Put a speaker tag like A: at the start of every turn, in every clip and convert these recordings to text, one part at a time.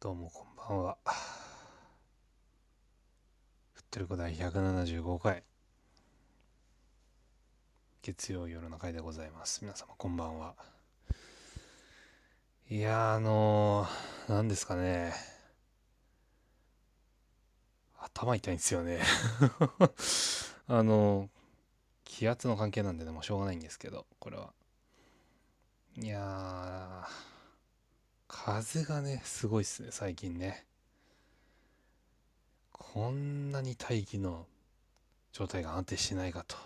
A: どうもこんばんは。ふってる子第175回。月曜夜の回でございます。皆様こんばんは。いやー、あのー、何ですかね。頭痛いんですよね。 あのー、気圧の関係なんでね、もうしょうがないんですけど、これは。いやー、風がね、すごいっすね、最近ね。こんなに大気の状態が安定しないかと。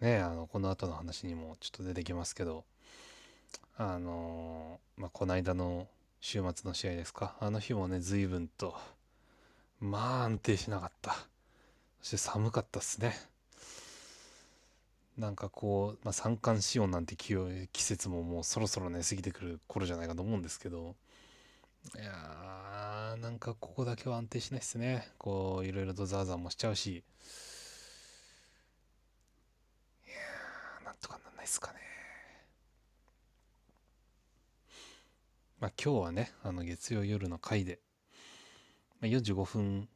A: ねえあの、この後の話にもちょっと出てきますけど、あのーまあ、この間の週末の試合ですか。あの日もね、随分と、まあ安定しなかった。そして寒かったっすね。なんかこう、まあ、三寒四温なんて気を季節ももうそろそろね過ぎてくる頃じゃないかと思うんですけどいやーなんかここだけは安定しないっすねこういろいろとザーザーもしちゃうしいやーなんとかなんないっすかねまあ今日はねあの月曜夜の回で、まあ、45分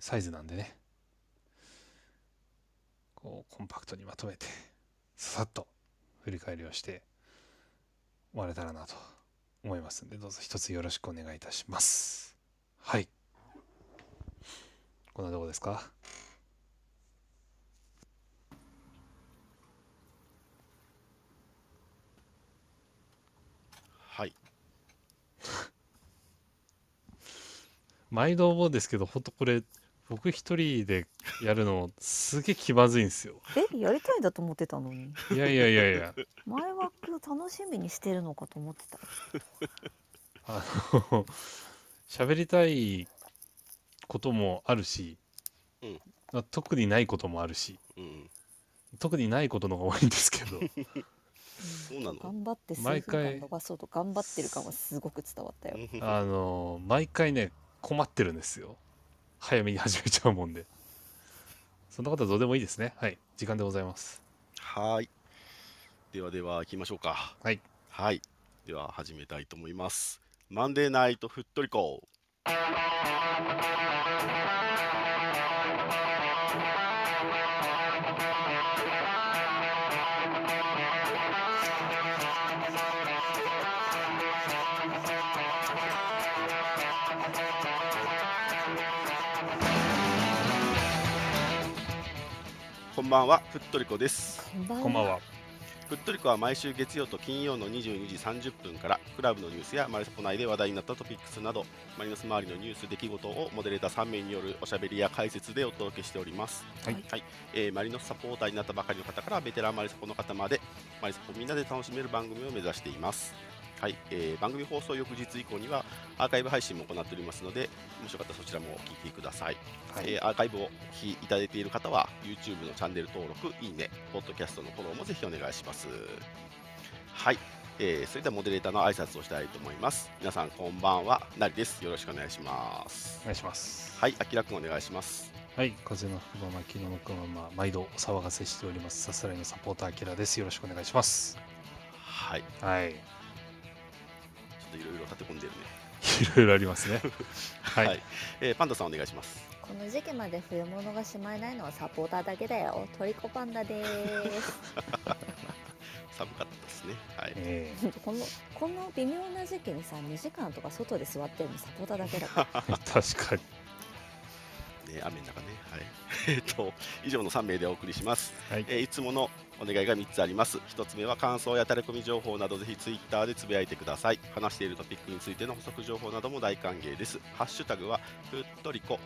A: サイズなんでねこうコンパクトにまとめて ささっと振り返りをして終われたらなと思いますんでどうぞ一つよろしくお願いいたしますはいこんなとこですか
B: はい。
A: 毎度思うんですけどほんとこれ僕一人でやるのすげえ気まずいんですよ
C: えやりたいだと思ってたのに
A: いやいやいやい や
C: 前は今日楽しみにしてるのかと思ってた
A: あの 喋りたいこともあるし、
B: うん
A: まあ特にないこともあるし
B: うん。
A: 特にないことの方が多いんですけ ど
B: そうなの
C: 頑張って数
A: 毎
C: 分
A: 回
C: 間伸ばそうと頑張ってる感はすごく伝わったよ
A: あの毎回ね困ってるんですよ早めに始めちゃうもんでそんなことはどうでもいいですねはい時間でございます
B: はーい。ではでは行きましょうか。
A: はい。
B: はい。では始めたいと思います。マンデーナイトふっとりこ。こんばんは、ふっとりこです。
C: こんばんは
A: こんばんは
B: ふっとりこは毎週月曜と金曜の22時30分からクラブのニュースやマリスポ内で話題になったトピックスなどマリノス周りのニュース出来事をモデレーター3名によるおしゃべりや解説でお届けしております、
A: はい
B: えーマリノスサポーターになったばかりの方からベテランマリスポの方までマリスポみんなで楽しめる番組を目指していますはい、えー番組放送翌日以降にはアーカイブ配信も行っておりますのでもしよかったらそちらもお聞きください
A: はい、
B: えーアーカイブをお聞きいただいている方は YouTube のチャンネル登録、いいね、ポッドキャストのフォローもぜひお願いします。はい、えーそれではモデレーターの挨拶をしたいと思います。皆さんこんばんは、なりです。よろしくお願いします
A: お。願いします
B: はい、あきらくんお願いします。
A: はい風の吹くまま昨日のくまま毎度お騒がせしておりますさすらいのサポーターアキラですよろしくお願いします
B: はい、ちょ
A: はいい
B: っといろいろ立て込んでるね。
A: ろいろあります ねはい、
B: えーパンダさんお願いします。
C: この時期まで冬物がしまえないのはサポーターだけだよトリコパンダでーす
B: 寒かったですね。はい。
A: え
C: このこの微妙な時期にさ2時間とか外で座ってるのサポーターだけだから
A: ー、確かに
B: ね、雨の中ね、はい。 えっと、以上の3名でお送りします。
A: はい
B: えーいつものお願いが3つあります。1つ目は感想やタレコミ情報などぜひツイッターでつぶやいてください。話しているトピックについての補足情報なども大歓迎です。ハッシュタグはふっとりこ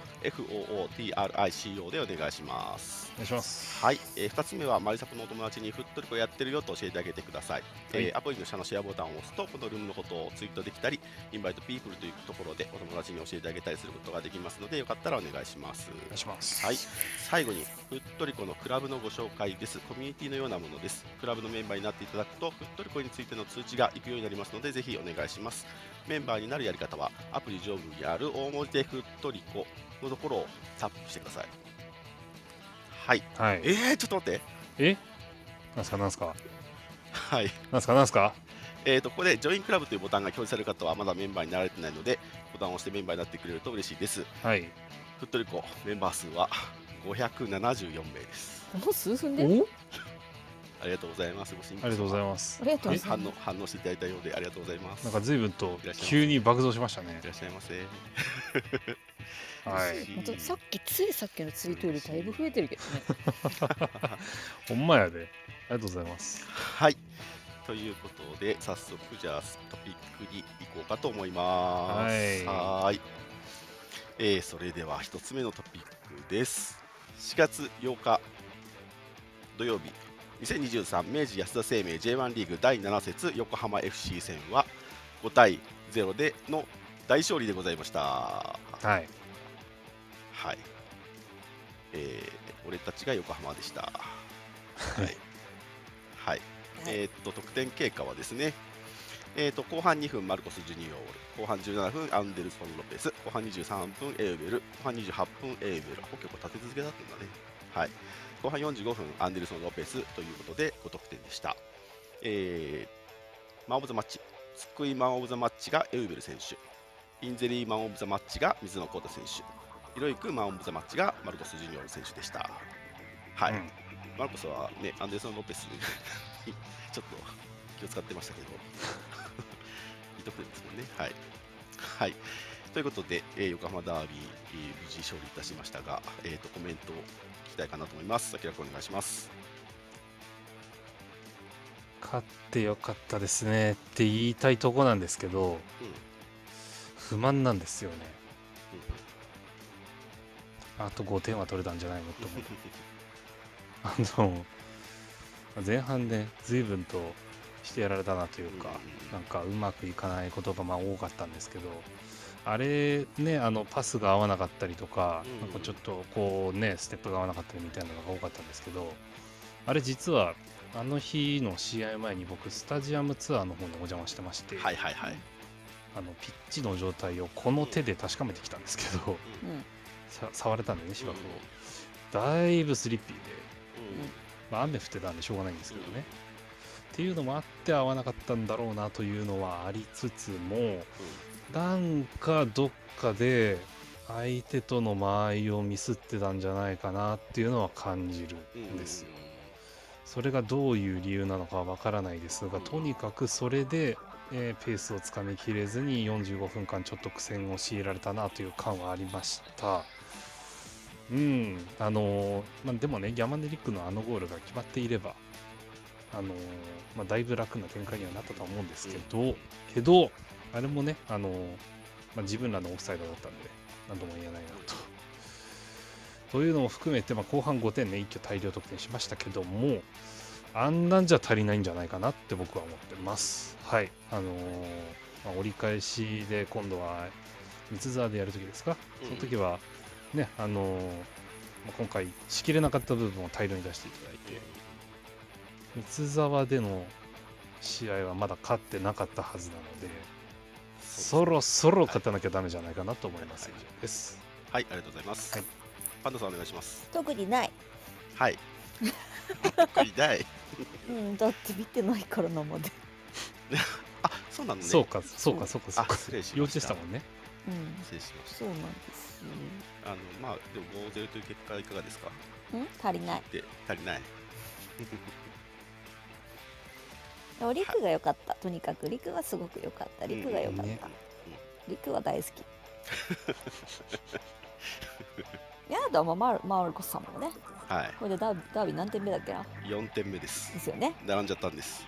B: FOOTRICO でお願いします
A: お。願いします
B: はい、えー、2つ目はマリサポのお友達にふっとりこやってるよと教えてあげてください、
A: はい
B: えーアプリの下のシェアボタンを押すとこのルームのことをツイートできたりインバイトピープルというところでお友達に教えてあげたりすることができますのでよかったらお願いします
A: お願いします
B: はい、最後にふっとりこのクラブのご紹介ですコミュニティのようなものですクラブのメンバーになっていただくとふっとりこについての通知が行くようになりますのでぜひお願いしますメンバーになるやり方はアプリ上部にある大文字でふっとりこのところをタップしてくださいはい
A: はい
B: えー、ちょっと待って
A: えなんすかなんすか
B: はい
A: なんすかなんすか
B: えー、とここでジョインクラブというボタンが表示される方はまだメンバーになられてないのでボタンを押してメンバーになってくれると嬉しいです
A: はい。
B: ふっとりこメンバー数は574名です
C: もう数分
A: お
C: で
B: ありがとうございますご心
A: ありがとうござい
B: ま
A: ます
C: あ。りがとうござい
B: 反
C: ま
B: 応反応していただいたようでありがとうございます
A: なんか
B: い
A: 随分と急に爆増しましたね
B: ら。っしゃいませ
A: は
C: す
A: い。
C: またさっきついさっきのツイートよりだいぶ増えてるけどね
A: ほんまやで。ありがとうございます。
B: はいということで早速じゃあトピックに行こうかと思います
A: は
B: はーいえーそれでは一つ目のトピックです4月8日土曜日2023明治安田生命 J1 リーグ第7節横浜 FC 戦は5対0での大勝利でございました
A: はい。
B: はい。えー俺たちが横浜でした。はい。はい。えーっと、得点経過はですね、えーっと、後半2分、マルコス・ジュニオール、後半17分、アンデルソン・ロペス、後半23分、エウベル、後半28分、エウベル、あ結構立て続けだったんだね。はい。後半45分、アンデルソン・ロペスということで5得点でした。えー、マン・オブ・ザ・マッチ、ツッコイマン・オブ・ザ・マッチがエウベル選手、インゼリーマン・オブ・ザ・マッチが水野幸太選手、ヒロイク・マン・オブ・ザ・マッチがマルコス・ジュニオール選手でした。はい、
A: うん
B: マルコスはね、アンデルソン・ロペスに ちょっと気を使ってましたけど、 いとくですもんね。はい、はい、ということで、えー横浜ダービー、えー無事勝利いたしましたが、えー、とコメントを聞きたいかなと思います。明らかお願いします。
A: 勝ってよかったですねって言いたいとこなんですけど、
B: うんうん
A: 不満なんですよね。あと5点は取れたんじゃないのと思う。あの前半で随分としてやられたなというか、なんかうまくいかないことがまあ多かったんですけどあれねあのパスが合わなかったりとか,、
B: うんうん
A: なんかちょっとこうねステップが合わなかったりみたいなのが多かったんですけどあれ実はあの日の試合前に僕スタジアムツアーの方にお邪魔してまして、
B: はいはいはい。
A: あのピッチの状態をこの手で確かめてきたんですけど、
C: う
B: うんん
A: さ触れたんでね芝生を、だいぶスリッピーで。まあ、雨降ってたんでしょうがないんですけどね。っていうのもあって合わなかったんだろうなというのはありつつもなんかどっかで相手との間合いをミスってたんじゃないかなっていうのは感じる
B: うんうん
A: んですよ。それがどういう理由なのかはわからないですがとにかくそれで、えーペースをつかみきれずに45分間ちょっと苦戦を強いられたなという感はありました。うんあのーまあ、でもね山根リックのあのゴールが決まっていれば、あのーまあ、だいぶ楽な展開にはなったとは思うんですけど、けどあれもね、あのーまあ、自分らのオフサイドだったんで何とも言えないなと。というのも含めて、まあ、後半5点ね一挙大量得点しましたけどもあんなんじゃ足りないんじゃないかなって僕は思ってます。はいあのーまあ折り返しで今度は三ツ沢でやるときですか
B: うん
A: その時はね、あのーまあ今回しきれなかった部分を大量に出していただいて三ツ沢での試合はまだ勝ってなかったはずなのでそろそろ勝たなきゃダメじゃないかなと思います。
B: はい
A: 以上です。
B: はい、ありがとうございます。
A: はい
B: パンダさんお願いします。
C: 特にない
B: はい。送りたい。
C: うんだって見てないからなまで
B: あ、そうなのね。
A: そうか、そうか、そうか、そう
B: あ
A: か。
B: 失礼しました
A: 幼稚でしたもんね。
C: うん
B: 失礼しまし
C: そうなんですよ
B: た。あの、まあ、でも5ゼ0という結果はいかがですか。
C: うん足りない
B: で、足りない。
C: でもリクが良かったとにかくリクがすごく良かったリクが良かっ
A: うんね
C: たリクは大好き いやだまマルマルコスさんもね
B: は、
C: これでダービダービー何点目だっけない
B: 四点目です
C: で。すよね
B: 並んじゃったんです。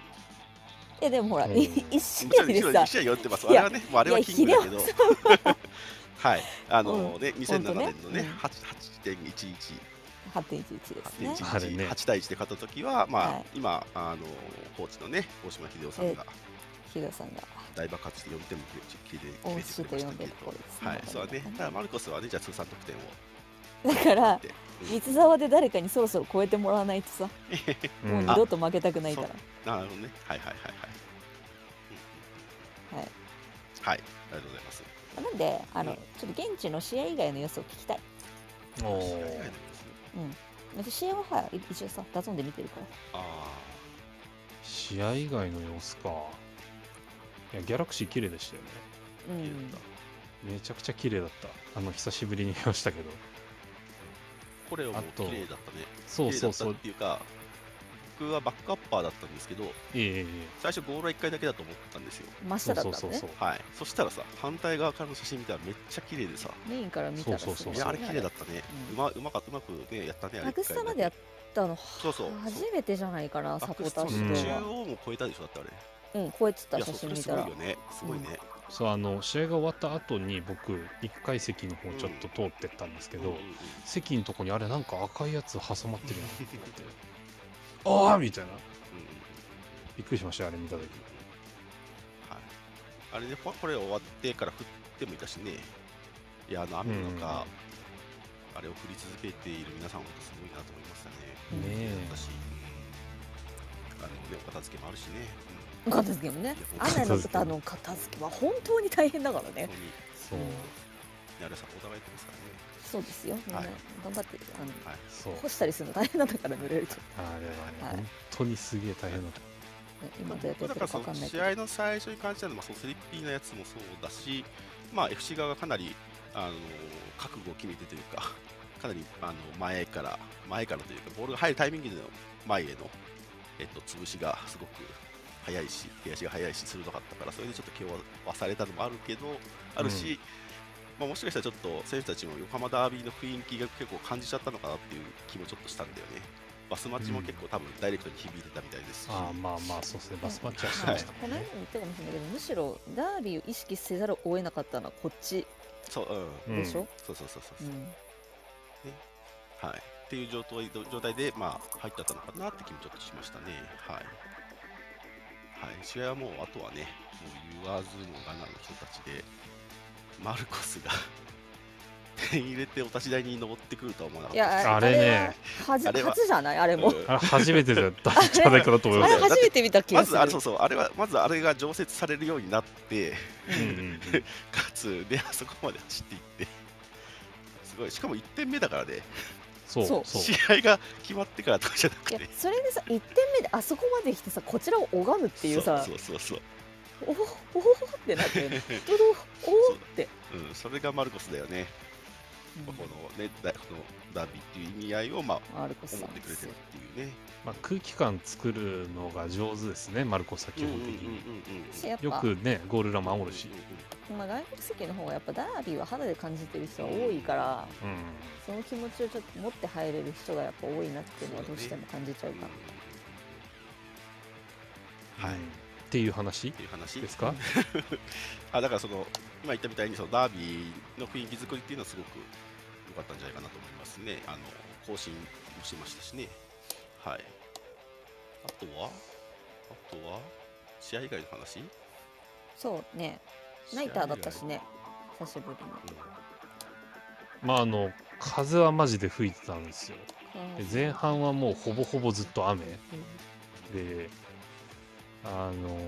C: えでもほら、
A: うん
C: い一試
B: もちろ
C: 合
B: ん
C: で
B: 一応
C: さ
B: 一試合4点ます。
C: い
B: あ
C: や
B: れはね、もうあれはい
C: や
B: キングだけど。 はい、あのね、2007年の
C: ほんとねう
B: ね
C: ん、
B: 8 8.11。
C: 8.11ですね
A: あれね
B: 8対1で勝った時は、まあ
C: はい
B: 今あのコーチのね大島秀夫さんが
C: ヒロさんが
B: 大爆発で4点も決めて
C: 大
B: 決
C: 師
B: めてく
C: と
B: れ
C: 呼
B: まし
C: ん
B: た
C: で
B: け
C: るとこ
B: ど
C: ろです、
B: はいそうだねだからマルコスはねじゃあ通算得点を
C: だから
B: 取って
C: 三沢で誰かにそろそろ超えてもらわないとさ、
A: うん
C: もう二度と負けたくないから
B: なるほどねはいはいはいはい、うんうんうん
C: はい
B: はいありがとうございます
C: なんであの、
B: うん
C: ちょっと現地の試合以外の様子を聞きたい
A: お
B: 試合以外の
A: お
B: 様子。
C: 私試合はさ一応さダゾーンで見てるから
B: あ
A: 試合以外の様子か。いやギャラクシー綺麗でしたよね
C: う
B: 綺麗
C: ん
B: だっ
A: めちゃくちゃ綺麗だったあの久しぶりに見ましたけど
B: たこれはもう
A: あと
B: 綺麗だったね
A: そうそうそ
B: 綺麗だった
A: う
B: っていうか僕はバックアッパーだったんですけど
A: いえいえいえ
B: 最初ゴールは1回だけだと思ったんですよ
C: 真
A: そ
C: 下
A: う
C: だ
A: そ
C: っ
A: う
C: た
A: そう
C: のね
A: そう
B: はいそしたらさ反対側からの写真見たらめっちゃ綺麗でさ
C: メインから見たらす
A: そ
C: ご
A: う
C: い
A: そうそう
B: いやあれ綺麗だったね
C: う
B: うんまうまかうまくねやったねあれ
C: タグ
B: 一
C: ス
B: 回
C: タまでやったの
B: そうそう
C: 初めてじゃないかなサ
B: バッ
C: ポ
B: ク
C: ー
B: ス
C: ター
A: して
C: 指
A: は
C: 導
B: 中
C: は
B: 央も超えたでしょだったらね
C: うん超えて
B: い
C: た
B: や
C: 写
B: そうそ
C: 真
B: れ
C: 見
B: す
C: た
B: ごい
C: ら
B: よねすごいね
A: そうあの試合が終わった後に僕1階席の方ちょっと通ってったんですけど、
B: うんうんうん
A: 席のとこにあれなんか赤いやつ挟まってるやんって 思ってああみたいなびっくりしましたよあれ見た時
B: はい、あれね、ここれ終わってから降ってもいたしね、いや、あの雨の中、あれを降り続けている皆さん、本当すごいなと思いましたね。
A: ねえ
B: 私、うんあのね、お片付けもあるしね、
C: お片付けもね雨の下の片付けは本当に大変だから
B: うん、
C: ね
A: そ
B: 本
A: う
B: 当に、やるさん、お互いやってますからね。
C: そうですよみんな
B: はい
C: 頑張ってあの
B: はい、
A: そう
C: 干したりするの大変なんだから濡れるとね
A: あれはね、
C: はい
A: 本当にすげえ大変だった
C: 今どうやってやっ
B: だ
C: て
B: から
C: るか
B: そ
C: わか
B: の
C: んない
B: 試合
C: けど
B: の最初に感じたのは、そのスリッピーなやつもそうだし、まあ、FC 側がかなりあの覚悟を決めてというか、 かなりあの前から、前からというか、ボールが入るタイミングでの前への、えっと、潰しがすごく早いし、手足が早いし、鋭かったから、それでちょっと今日はされたのもあるけど、あるし、まあ、もしかしたらちょっと選手たちも横浜ダービーの雰囲気が結構感じちゃったのかなっていう気もちょっとしたんだよね。バスマッチも結構多分ダイレクトに響いてたみたいですし、
A: ああまあまあそうですねバスマッチはしてました
C: こ
A: もん
C: の間
A: ね
C: も言ったかもしれないけどむしろダービーを意識せざるを得なかったのはこっち
B: そう、うん、
A: うん
C: でしょ、
B: そうそうそうそう
C: う
B: そう、
C: ん
B: はい。っていう状態状態で、まあ、入っちゃったのかなって気もちょっとしましたね。はい。はい、試合はもう、あとはね、もう言わずもがなの人たちで、マルコスが 点入れてお立ち台に登ってくるとは思わなか
C: い
B: った
A: あ
C: や
A: れね
C: はじ
B: あれは
C: 初じゃないあれも、
B: うん
A: あれ初めてだったんじゃないかなと思い
C: あ
A: ま
C: れ
A: す
B: そ
A: よ、
B: うだよ
C: 初めて見た気
B: ま
C: がす
B: ず
C: る
B: あれそうそうあれはまずあれが常設されるようになって
A: うんうんうん、
B: かつであそこまで走っていってすごいしかも1点目だからね
A: そう
C: そ
A: そうう
B: 試合が決まってからとかじゃなく
C: いや
B: て
C: それでさ1点目であそこまで来てさこちらを拝むっていうさ
B: そうそうそうそう
C: おおおおってなってるねどどおおって、
B: うん、それがマルコスだよね、
C: う
B: ま
C: ん
B: あこのねだこのダービーっていう意味合いをまあ
C: マルコス
B: 思
C: さ
B: っ
C: ん
B: て
C: で
B: くれ
C: す
B: て
C: よ
B: るっていうね、
A: まあ、空気感作るのが上手ですねマルコスは基本的に、
C: しやっ
A: よ
C: ぱ、
A: くねゴール裏守るし、
C: まあ、外国籍の方がやっぱダービーは肌で感じてる人は多いから
A: うん
C: その気持ちをちょっと持って入れる人がやっぱ多いなっていうのはどうしても感じちゃうか
B: はい、
A: っ
B: って
A: いう話
B: ていう話
A: ですか
B: あだからその今言ったみたいにそのダービーの雰囲気作りっていうのはすごく良かったんじゃないかなと思いますねあの更新もしましたしねはいあとはあとは試合以外の話
C: そうねナイターだったしね久しぶりに
B: 試合以外
A: まああの風はマジで吹いてたんですよ
C: うん
A: で前半はもうほぼほぼずっと雨であの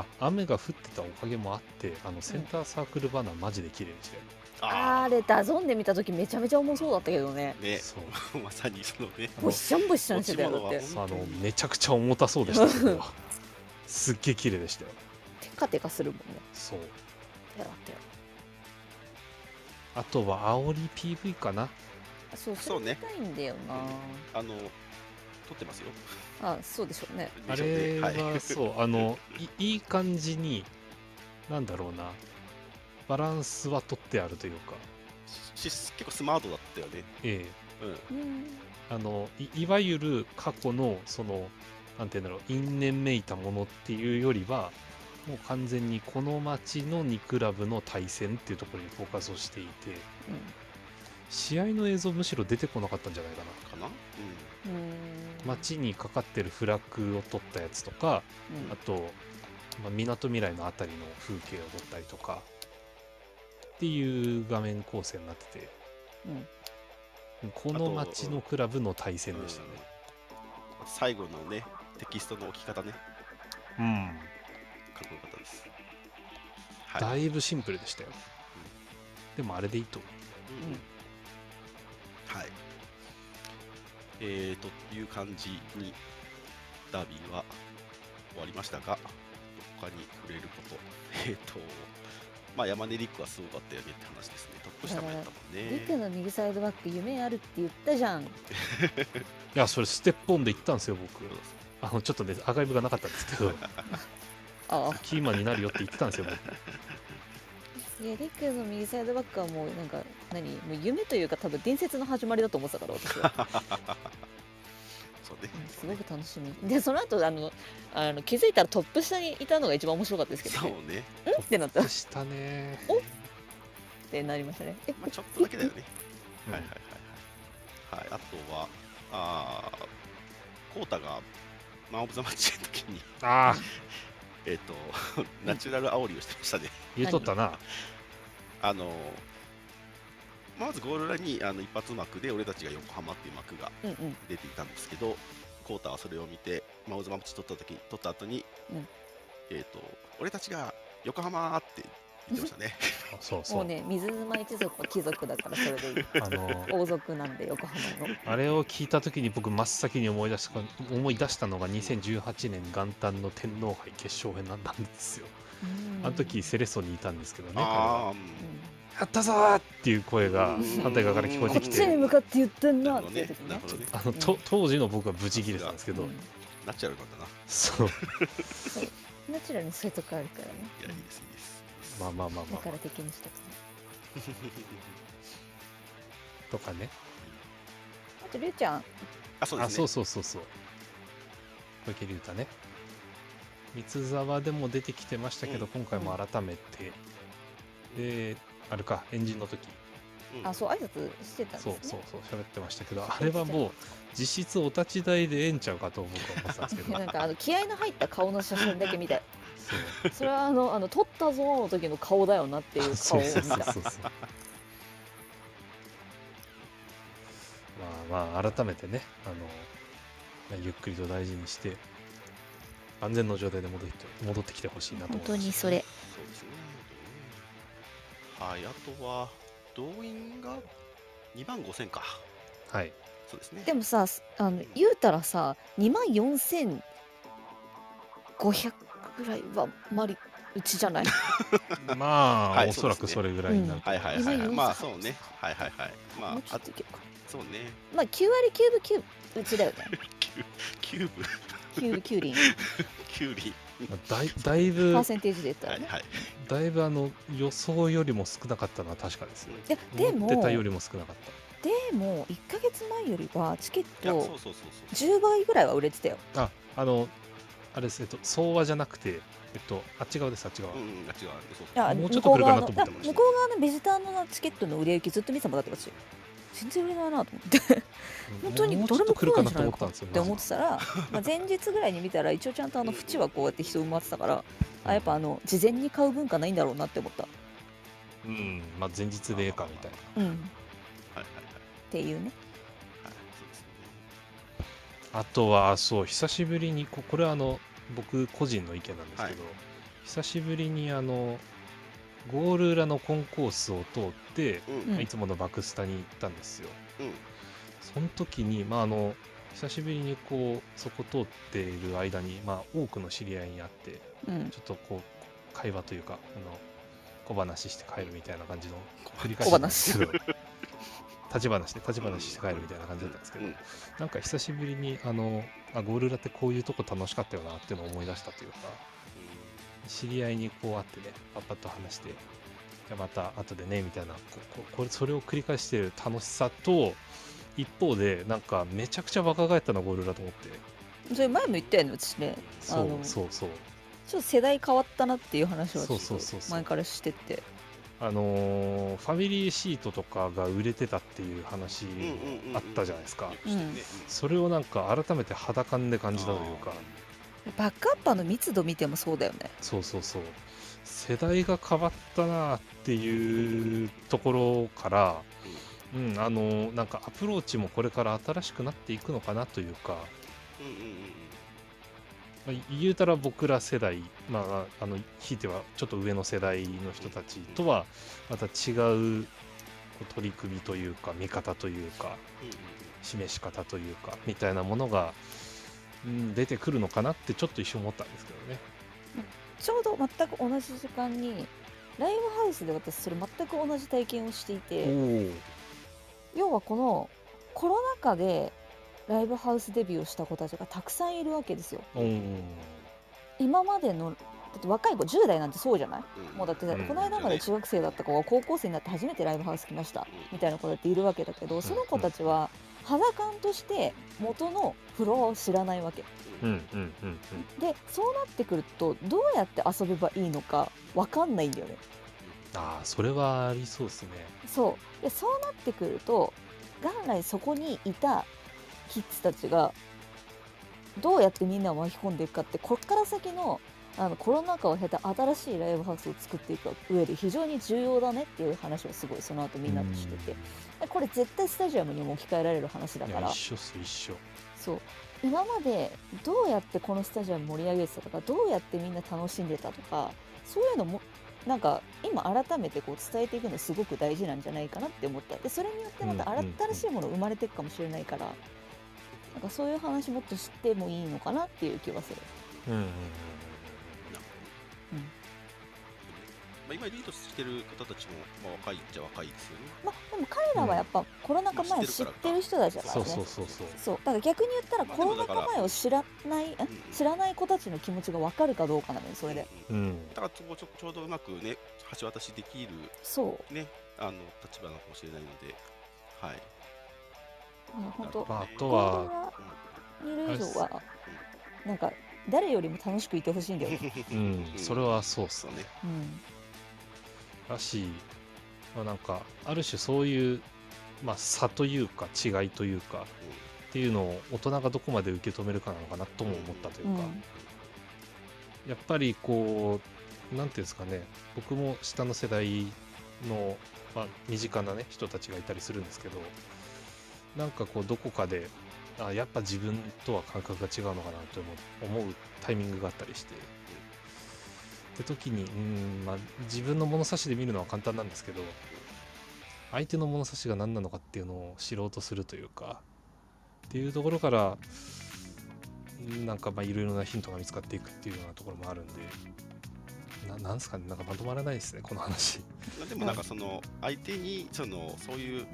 A: あ雨が降ってたおかげもあってあのセンターサークルバナーマジで綺麗でしたよ、
B: うん
C: あーあ
B: あ
C: れダゾンで見た時めちゃめちゃ重そうだったけどね
B: ーね
A: そう
B: まさにそのね
A: あ
C: ぼ
A: の
C: っしゃんぼっしゃんしてたよだっ
B: 落
C: て
B: ち物
A: そうあのめちゃくちゃ重たそうでしたけど すっげえ綺麗でしたよ
C: テカテカするもんね
A: そう
C: だよだったよ
A: あとは煽り PV かな
C: そう
B: そ
C: そうう
B: ね
C: ねたいんだよな
B: あの撮ってますよ。
C: あそうでしょうね
A: あ
B: でしょう
A: れ
B: ね
A: はそう、あのいいい感じになんだろうなバランスは取ってあるというか、
B: しし結構スマートだったよね。
A: え
B: うん。
C: うん
A: えあのいいわゆる過去のそのなんて言うんだろう因縁めいたものっていうよりはもう完全にこの町の2クラブの対戦っていうところにフォーカスをしていて試合の映像むしろ出てこなかったんじゃないかな
B: かな。うん。
C: うんうん
A: 町にかかってるフラッグを取ったやつとか
C: うん
A: あと、まあ、港未来のあたりの風景を撮ったりとかっていう画面構成になってて
C: うん
A: この町のクラブの対戦でしたね
B: うん最後のねテキストの置き方ね
A: うん、
B: かっこよかったです。
A: だ
B: い。
A: いぶシンプルでしたよ、でもあれでいいと思
B: うんうんはい。えーという感じにダービーは終わりましたが、他に触れること。 えっ、と、まあ、山根陸はすごかったよねって話ですね。トップ下もやったもん
C: リク
B: ね。
C: の右サイドバック夢あるって言ったじゃん
A: いやそれステップオンで行ったんですよ僕
B: そうだ
A: あのちょっとねアーカイブがなかったんですけど
C: あ
A: キーマンになるよって言ってたんですよ僕
C: いやリクの右サイドバックはもうなんか何もう夢というか多分伝説の始まりだと思ってたから私は
B: そうね。
C: うんすごく楽しみ でその後あのあの気づいたらトップ下にいたのが一番面白かったですけど
B: そう
C: ね
B: ね。
C: うんってなったっ
A: したね
C: おてなりましたねえ
B: まあ、ちょっとだけだよね。
A: うん
B: はいはいはいはい。はい、あとは、あーコータがマン・オブ・ザ・マッチの時に、
A: ああ
B: えっ、と、 ナチュラル煽りをしてましたね。
A: 言うとったな
B: あのまずゴール裏にあの一発幕で俺たちが横浜っていう幕が
C: うんうん
B: 出ていたんですけどコータはそれを見てマウズマッチ取った時取った後に、
C: うん
B: えっ、と俺たちが横浜って言ってましたね
A: そうそ
C: も
A: う
C: うね水沼一族は貴族だからそれ でいい
A: あの
C: 王族なんで横浜の
A: あれを聞いた時に僕真っ先に思い出した思い出したのが2018年元旦の天皇杯決勝編なんだんですよあの時セレッソにいたんですけどね彼は
B: あ
C: うん
A: 「やったぞ!」っていう声が
C: うん
A: 反対側から聞こえ
C: こ
A: て
C: っ
A: き
C: ちに
A: て
C: 向かって言ってん
B: な
C: な
B: る
C: っ
B: ほど
C: てい
B: ね
C: う時ね
B: なるほどね
A: あのと当時の僕は無事切れたんですけ
C: う
A: ど
C: ん
B: ナチュラルなんだな
A: そう
C: ナチュラルにそういうとこあるからね
B: いやいいですいいですいいです
A: まあまあまあ
C: だ
A: ま
C: か
A: あ
C: ら敵にしたくない
A: とかね
C: あとりゅうちゃん
B: あそうで
A: あ
B: す
A: そ
B: ね
A: うそうそうそう小池龍太ね三沢でも出てきてましたけど
B: う
A: 今
B: ん
A: 回も改めてであれかエンジンの時
B: うん
C: あそう挨拶してたんです
A: そう
C: ね
A: そうそう喋ってましたけどあれはもう実質お立ち台でええんちゃうかと僕は思ってたんですけ ど
C: なんかあの気合の入った顔の写真だけ見たい
A: そう
C: それはあのあの撮ったぞーの時の顔だよなってい う
A: そ
C: 顔
A: う
C: を
A: そう
C: 見
A: そう
C: た
A: そうそうまあまあ改めてねあのまあゆっくりと大事にして安全の状態で戻って戻ってきてほしいなと思います
C: れ
B: そうですねはいあとは動員が2万5000か
A: はい
B: そうですね
C: でもさあの言うたらさ2万4500ぐらいはマリうちじゃない
A: まあ、
B: はい
A: おそらくそ
B: そう
A: れぐらいになると
B: はい
A: 思
B: はいはいはいまあ
C: 今
B: そうねはいはいはいま
C: もうち
B: あ
C: ょ
B: あ
C: っといけるか
B: そうね
C: まあ9割9分9うちだよね
B: キューブ
C: 9分9厘
B: キュウリ
A: だいだいぶ
C: パーセンテージで言った
B: は
C: ら
B: い
C: ね
B: はい
A: だいぶあの予想よりも少なかったのは確かですね
C: いやで
A: 思
C: も
A: ってたよりも少なかった
C: でも1ヶ月前よりはチケッ
B: いやそうそうそ
C: ト
B: うそう
C: 10倍ぐらいは売れてたよ
A: あ、あの、あれです、えっと、総和じゃなくて、えっと、あっち側です、あっち側。
B: うんうんあ違うあれそう
C: いや
A: もうちょっと
C: 向
A: 来
C: こう
A: るか
C: 側
A: な
C: の
A: と
C: い
A: 思っ
C: や
A: てました
C: 向こう側のビジターのチケットの売れ行きずっと見てもらってたし全然売れないなと思って 本当に
A: もうちょ
C: ど
A: っ
C: れ
A: と来
C: も来
A: る
C: な
A: か
C: いん
A: なと思った
C: じゃないか
A: ん
C: っ
A: ですよ。
C: て思ってたら、まあ、前日ぐらいに見たら一応ちゃんとあの縁はこうやって人埋まってたからあやっぱあの事前に買う文化ないんだろうなって思った
A: うん、まあ、前日でええかみたいな。
C: うんっ
B: はいはいはい
C: ていうね
B: はいそうですね
A: あとは、そう、久しぶりに、ここれはあの、僕個人の意見なんですけど、久しぶりに、あの、ゴール裏のコンコースを通って、
B: うん
C: うん
A: いつものバクスタに行ったんですよ。
B: うん
A: その時に、まあ、あの、久しぶりにこう、そこ通っている間に、まあ、多くの知り合いに会って、
C: うん
A: ちょっとこう会話というかあの小話して帰るみたいな感じの繰り返
C: 小
A: しなんで
C: 話
A: すけど 立ち話で立ち話して帰るみたいな感じだったんですけど、
B: うん
A: なんか久しぶりにあのあゴール裏ってこういうとこ楽しかったよなっていうのを思い出したというか知り合いにこう会ってねパッパッと話してじゃあまた後でねみたいなこここれそれを繰り返してる楽しさと一方でなんかめちゃくちゃ若返ったなゴール裏と思って
C: それ前も言ったよね私ね
A: そ
C: あ
A: う
C: の
A: そうそう
C: ちょっと世代変わったなっていう話はちょ
A: そう
C: っと
A: そうそうそう
C: 前からしてて
A: あのーファミリーシートとかが売れてたっていう話
B: うんうんうんうん
A: あったじゃないですか、
B: よくしてるね
A: それをなんか改めて肌感で感じたというか
C: バックアッパーの密度見てもそうだよね
A: そうそうそう世代が変わったなっていうところから、うんあのーなんかアプローチもこれから新しくなっていくのかなというか、
B: うんうんうんうん
A: まあ言うたら僕ら世代、まあ、あのひいてはちょっと上の世代の人たちとはまた違うこう取り組みというか見方というか
B: うんうんうん
A: 示し方というかみたいなものが、うん、出てくるのかなってちょっと一瞬思ったんですけどね。
C: ちょうど全く同じ時間にライブハウスで私それ全く同じ体験をしてい
A: お
C: て
A: ー
C: 要はこのコロナ禍でライブハウスデビューをした子たちがたくさんいるわけですよ
A: おー
C: 今までのだって若い子10代なんてそうじゃない
B: うん
C: もうだって、
A: うん
C: この間まで中学生だった子が高校生になって初めてライブハウス来ましたみたいな子だっているわけだけどその子たちは肌感として元のフロアを知らないわけ
A: うんうんうん
C: でそうなってくるとどうやって遊べばいいのか分かんないんだよね
A: ああそれはありそうですね
C: そうでそうなってくると元来そこにいたキッズたちがどうやってみんなを巻き込んでいくかってこっから先のあのコロナ禍を経た新しいライブハウスを作っていく上で非常に重要だねっていう話をすごいその後みんなとしててでこれ絶対スタジアムにも置き換えられる話だ
A: い
C: か
A: や
C: ら
A: 一緒っす一緒
C: そう今までどうやってこのスタジアム盛り上げてたとかどうやってみんな楽しんでたとかそういうのもなんか今改めてこう伝えていくのすごく大事なんじゃないかなって思ったでそれによってまた
A: うんうんうん
C: 新しいもの生まれていくかもしれないから、なんかそういう話もっと知ってもいいのかなっていう気はする
A: うんうんうん
B: なるほ
C: う
B: ど
C: ん
B: まあ、今リードしてる方たちも、まあ、若いっちゃ若いですよね。
C: まあでも彼らはやっぱコロナ禍前
B: うん
C: 知ってる人たちだから
A: そう
C: ね
A: そうそうそう
C: そうだから逆に言ったら
B: まあ
C: コロナ
B: でも
C: 禍
B: だから
C: 前を知らない
B: う
C: ん
B: ん
C: 知らない子たちの気持ちが分かるかどうかなのよそれで
B: うん
A: うん
B: だからそこちょちょうどうまくね橋渡しできる
C: そう
B: ねあの立場なのかもしれないので、はい。
C: だから本当
A: まああと
C: 子供
A: は
C: が
B: うん
C: いる以上はなんか誰よりも楽しくいてほしいんだよ、
A: うんそれはそうっす
B: そ
A: ね
B: うね。
C: うん、
A: だし、まあ、なんかある種そういう、まあ、差というか違いというかっていうのを大人がどこまで受け止めるかなのかなとも思ったというか、
C: うん
A: やっぱりこうなんていうんですかね僕も下の世代の、まあ、身近な、ね、人たちがいたりするんですけどなんかこうどこかであやっぱ自分とは感覚が違うのかなと思う思うタイミングがあったりして。って時にうん、まあ、自分の物差しで見るのは簡単なんですけど相手の物差しが何なのかっていうのを知ろうとするというかっていうところからうんなんかまあいろいろなヒントが見つかっていくっていうようなところもあるんでななんですかねなんかまとまらないですねこの話。
B: うんでもなんかその相手にそのそういう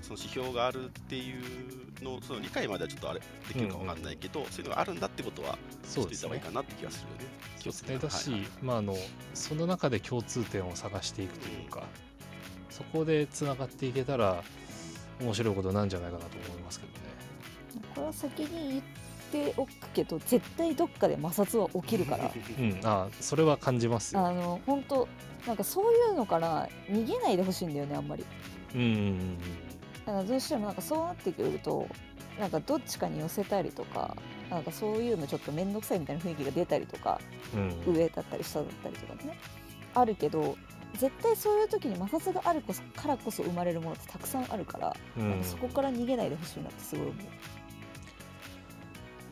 B: その指標があるっていうのをその理解まではちょっとあれできるかわかんないけど、そういうのがあるんだってことは知
A: そ
B: っ
A: うで
B: ておいた
A: す
B: 方がいい
A: ね
B: かなって気がするよね。
A: 気をつけだし、
B: はいはい
A: まああのその中で共通点を探していくというか、そこでつながっていけたら面白いことなんじゃないかなと思いますけどね。
C: これは先に言っておくけど絶対どっかで摩擦は起きるか ら
A: うん、あそれは感じますよ。
C: あの本当なんかそういうのから逃げないでほしいんだよねあんまり
A: うんうんうん
C: だからどうしてもなんかそうなってくるとなんかどっちかに寄せたりとかなんかそういうのちょっと面倒くさいみたいな雰囲気が出たりとか
A: うんうん
C: 上だったり下だったりとかねあるけど絶対そういう時に摩擦があるこそからこそ生まれるものってたくさんあるから、
A: うん
C: なんかそこから逃げないでほしいなってすごい思う。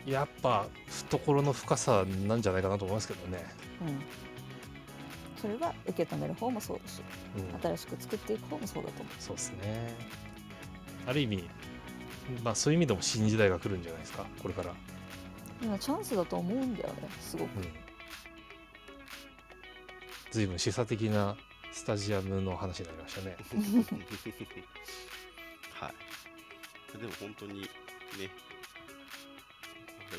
A: やっぱ懐の深さなんじゃないかなと思いますけどね、
C: うん、それは受け止める方もそうだし
A: うん、
C: 新しく作っていく方もそうだと思
A: そうですねある意味まあそういう意味でも新時代が来るんじゃないですかこれから、
C: う今チャンスだと思うんだよねすごく
A: うん、随分示唆的なスタジアムの話になりましたね
B: はい。でも本当にね、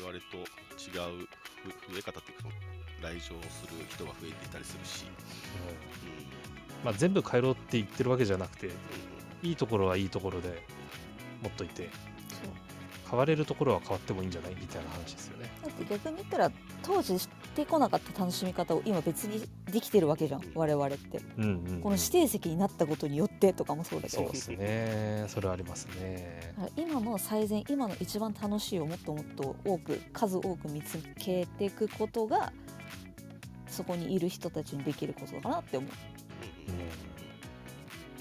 B: 我々と違うふ増え方っていうか、来場する人が増えていたりするし、
A: う
B: うん
A: んまあ、全部変えろって言ってるわけじゃなくて
B: う
A: いいところはいいところで持っといて
C: そう
A: 変われるところは変わってもいいんじゃないみたいな話ですよね
C: だって逆に言ったら当時知ってこなかった楽しみ方を今別にできてるわけじゃん我々って
A: うんうん、
C: この指定席になったことによってとかもそうだけ
A: そう
C: ど
A: です ねそれはありますね
C: だから今の最善今の一番楽しいをもっともっと多く数多く見つけていくことがそこにいる人たちにできることかなって思う。
B: んうんうん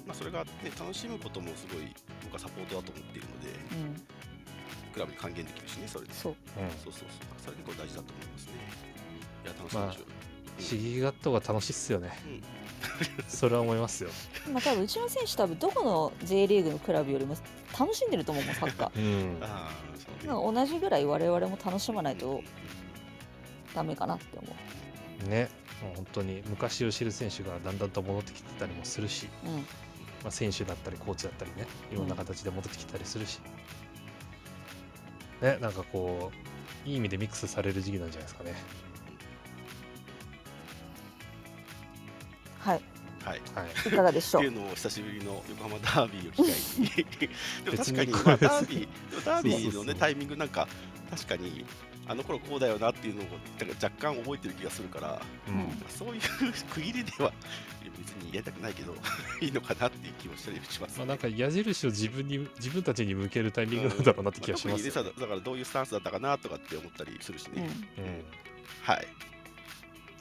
B: まあ、それが、ね、楽しむこともすごい僕はサポートだと思っているので、
C: うん、
B: クラブに還元できるしね、それで。
C: そう
A: うん
B: そうそうそう。だからそれ結構大事だと思いますね。いや、楽し
A: ま
B: み
A: あ
B: でしょう。
A: 刺激があった方が楽しいっすよね
B: うん
A: それは思いますよ、
C: まあ多分うちの選手多分どこの J リーグのクラブよりも楽しんでると思うもんサッカ
A: うん
B: ああ、 そうね。
C: ーなんか同じぐらい我々も楽しまない
B: うんうん
C: と
B: うん
C: ダメかなって思う
A: ね、もう本当に昔を知る選手がだんだんと戻ってきてたりもするし、
C: うん
A: まあ、選手だったりコーチだったりねいろんな形で戻ってきたりするし、ねなんかこういい意味でミックスされる時期なんじゃないですかね
C: はい
B: はい、
A: はい
C: いかがでし
B: っ
C: ょ
B: ていううのを久しぶりの横浜ダービーを機 会にでも確かに、
A: 別に
B: まあ、ダービーでもダービ
A: そうそ
B: ーの
A: うそう
B: ねタイミングなんか確かにあの頃こうだよなっていうのをなんか若干覚えてる気がするから
A: うん
B: そういう区切りでは別にやりたくないけど いいのかなっていう気もしたりします、
A: まあ、なんか矢印を自分に自分たちに向けるタイミングなんだろうなって気がしますよ
B: まあ特にねさだからどういうスタンスだったかなとかって思ったりするし
C: う
B: ね、
C: ん
A: うん
B: はい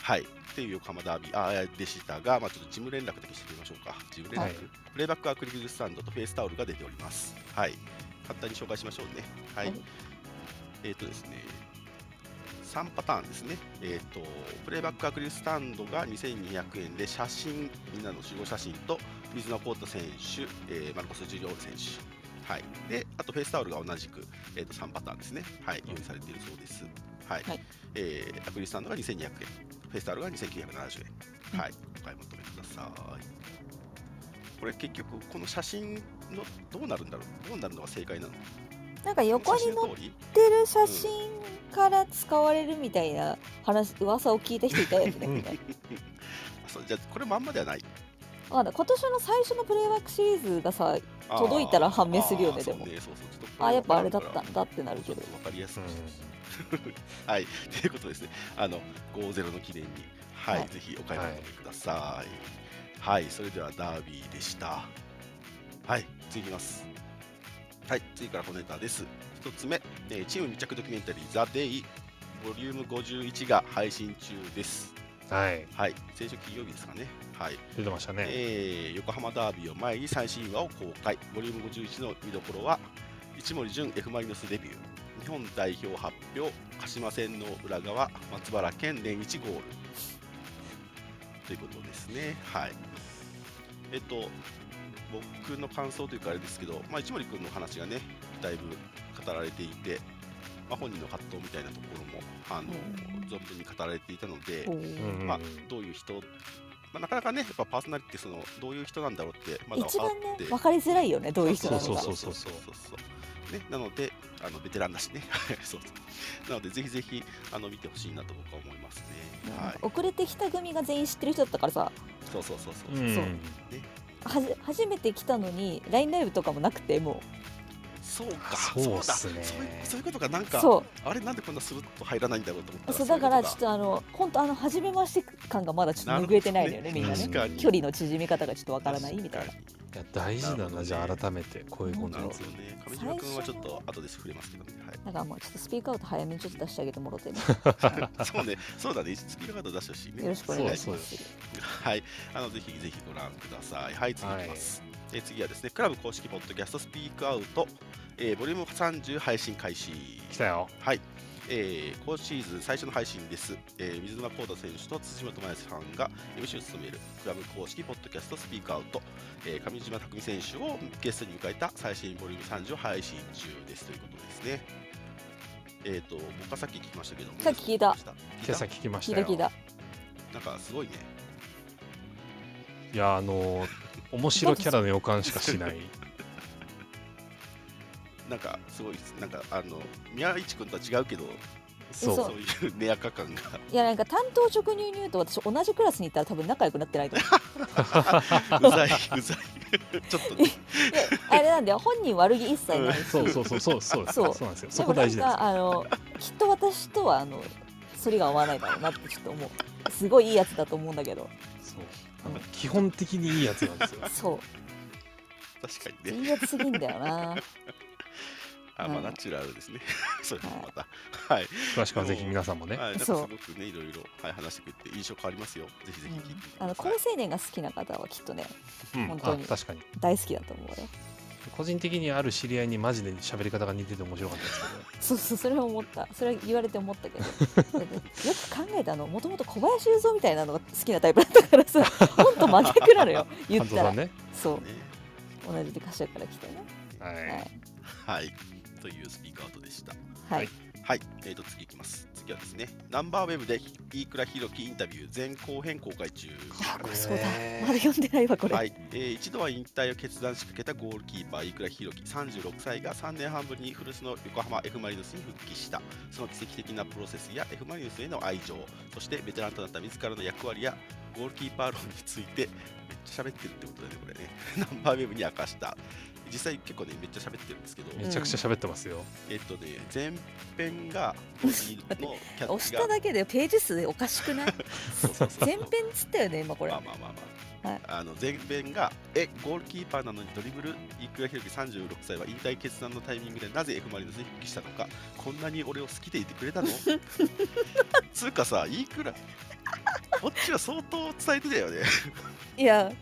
B: はいっていう横浜ダービーあーでしたが、まあ、ちょっと事務連絡だけしてみましょうか事務連絡、
A: はい
B: プレイバックアクリルスタンドとフェイスタオルが出ておりますはい簡単に紹介しましょうねはい、
C: はい
B: えっ、とですね3パターンですね、えっとプレイバックアクリルスタンドが2200円で写真みんなの集合写真と水野コート選手、えーマルコス・ジュリオール選手、はい、であとフェイスタオルが同じく、えー、と3パターンですね、はい、用意されているそうです、はい
C: はい
B: えーアクリルスタンドが2200円フェイスタオルが2970
C: う
B: 円、
C: ん
B: はい、お買い求めくださいこれ結局この写真のどうなるんだろうどうなるのが正解なの
C: なんか横に載
B: この写真の
C: っ
B: 通り
C: てる写真から使われるみたいな話噂を聞いた人いたよ
A: う
C: ね
A: ん。
B: あそうじゃあこれまんまではない
C: まだ今年の最初のプレイバックシリーズがさ届いたら判明するよね
B: あー
C: でも
B: そうねそうそうちょとこれ
C: あやっぱあれだった
B: わ
C: んだってなる
B: か
C: け
B: ら
C: ど
B: ちょっとわかりやす
A: う
B: く、
A: ん
B: はいということですねあの50の記念にはい、
C: はい
B: ぜひお買い求めくださいはい、それではダービーでしたはい次いきますはい次からこのネタです1つ目、えーチーム密着ドキュメンタリー「ザ・デイボリューム51が配信中です
A: はい
B: はい先週金曜日ですかねはい
A: 出てましたね、
B: えー横浜ダービーを前に最新話を公開ボリューム51の見どころは一森純 F ・マリノスデビュー日本代表発表鹿島戦の裏側松原健連1ゴールということですねはいえっと僕の感想というかあれですけど、まあ、一森君の話がねだいぶ語られていて、まあ、本人の葛藤みたいなところもあの存分に語られていたので、
C: おー
A: うんうん
B: まあ、どういう人、まあ、なかなかね、やっぱパーソナリティそのどういう人なんだろうって、まだ
C: 一番
B: 分かっ
C: ね
B: て、
C: 分かりづらいよねどういう人なのか。
A: そうそうそう
B: そうね、なのであのベテランだしねそうそうなのでぜひぜひあの見てほしいなと僕は思いますね、
C: なん
B: はい
C: か遅れてきた組が全員知ってる人だったからさ
B: そうそうそうそう、
A: うん
C: そうはじ初めて来たのに LINE ライブとかもなくても
B: そうか
A: そうっすね
B: そうだそういうそういうことがなん
C: う
B: か
C: そ
B: あれなんでこんなスルッと入らないんだろうと思った
C: う
B: ら
C: そうだからちょっ
B: と
C: とあの本当あの初めまして感がまだちょっと拭えてないのよねみんなね
A: 確か
B: に
C: 距離の縮み方がちょっとわからないみたいな。
A: いや大事だな
B: なるほどね
A: じゃあ改めてこういうコンテ
B: な
A: ン
B: る
A: ツ
B: ほどね上島君はちょっと後で触れますけどね、はい
C: だからもうちょっとスピーカーアウト早めにちょっと出してあげてもろてね
B: そうね、そうだね、スピードカード出してほしいね。
C: よろしくお願いし
A: そう
C: ま。
A: です
B: はい、あのぜひぜひご覧ください。はい、次いきます。え次はですね、クラブ公式ポッドキャストスピークアウト、えーボリューム30配信開始。
A: 来たよ
B: はい、えー今シーズン最初の配信です、えー水沼宏太選手と辻本麻也さんが MC を務めるクラブ公式ポッドキャストスピークアウト、えー上島拓巳選手をゲストに迎えた最新ボリューム30を配信中ですということですねえっ、と僕はさっき聞きましたけども
C: さっき聞いた
B: 聞い
A: 今
B: た
A: 朝聞きまし
C: 聞い
A: た
C: た
A: よ
C: 聞いた。
B: なんかすごいね
A: いやあのー面白キャラの予感しかしない
B: なんかすごいですなんかあの宮市君とは違うけど
A: そう
C: そ
B: そういうねやか感が
C: いやなんか担当直入に言うと私同じクラスにいたら多分仲良くなってないと思
B: うざいうざい ちょっとね
C: うであれなんだよ本人悪気一切ないし
A: そう そうそうそうそう
C: そう
A: そうなんですよ
C: で
A: そ
C: も
A: こ
C: な
A: 大事なん
C: ん
A: です
C: かあのきっと私とはあの反りが合わないだろうなってちょっと思うすごいいいやつだと思うんだけど
A: そうなんか基本的にいいやつなんですよ
C: そ
B: 確か
C: う
B: に ね
C: いいやつすぎんだよな
B: あまあ
C: うん
B: ナチュラルですね それもまたはい、
A: 詳しくはぜひ皆さんもね
B: はい、なんかす
C: そう
B: ごくねいろいろ、はい、話してくれて印象変わりますよぜひぜひ聞いてみてください
C: あの高青年が好きな方はきっとね
A: うん
C: 本
A: あ
C: 当に
A: 確かに
C: 大好きだと思うよ
A: 個人的にある知り合いにマジで喋り方が似てて面白かったですけど
C: そうそうそれは思ったそれは言われて思っ たけどだってよく考えたのもともと小林雄三みたいなのが好きなタイプだったからさほんと真逆なのよ言っ
A: 半
C: た
A: 蔵さ
C: ら、
A: んね
C: そう
B: ね
C: 同じで柏から来てね
A: は
C: は
A: い
C: い
B: はいというスピーカーアウトでした
C: は
A: はいい
B: はい、えー、と次いきます。次次はですね、ナンバーウェブで飯倉弘樹インタビュー前後編公開中。
C: あこれそうだ
A: ね
C: まだ読んでないわこれ、
B: はいえー一度は引退を決断しかけたゴールキーパー、飯倉弘樹36歳が3年半ぶりに古巣の横浜 F ・マリノスに復帰した、その奇跡的なプロセスや F ・マリノスへの愛情、そしてベテランとなった自らの役割やゴールキーパー論について、めっちゃ喋ってるってことだよね、これね、 ナンバーウェブに明かした、実際結構ね、めっちゃ喋ってるんですけど、
A: めちゃくちゃ喋ってますよ。
B: えっとね、前編 が、のキャッ
C: 押
B: チ
C: し
B: が
C: た、だけでページ数おかしくない
B: そうそうそう
C: 前編っつったよね今これ
B: まあまあまあまあ、
C: はい
B: あの前編がえゴールキーパーなのにドリブル飯倉弘樹36歳は引退決断のタイミングでなぜ F ・マリノスに復帰したのかこんなに俺を好きでいてくれ たのつうかさ飯倉こっちは相当伝えてたよね
C: いや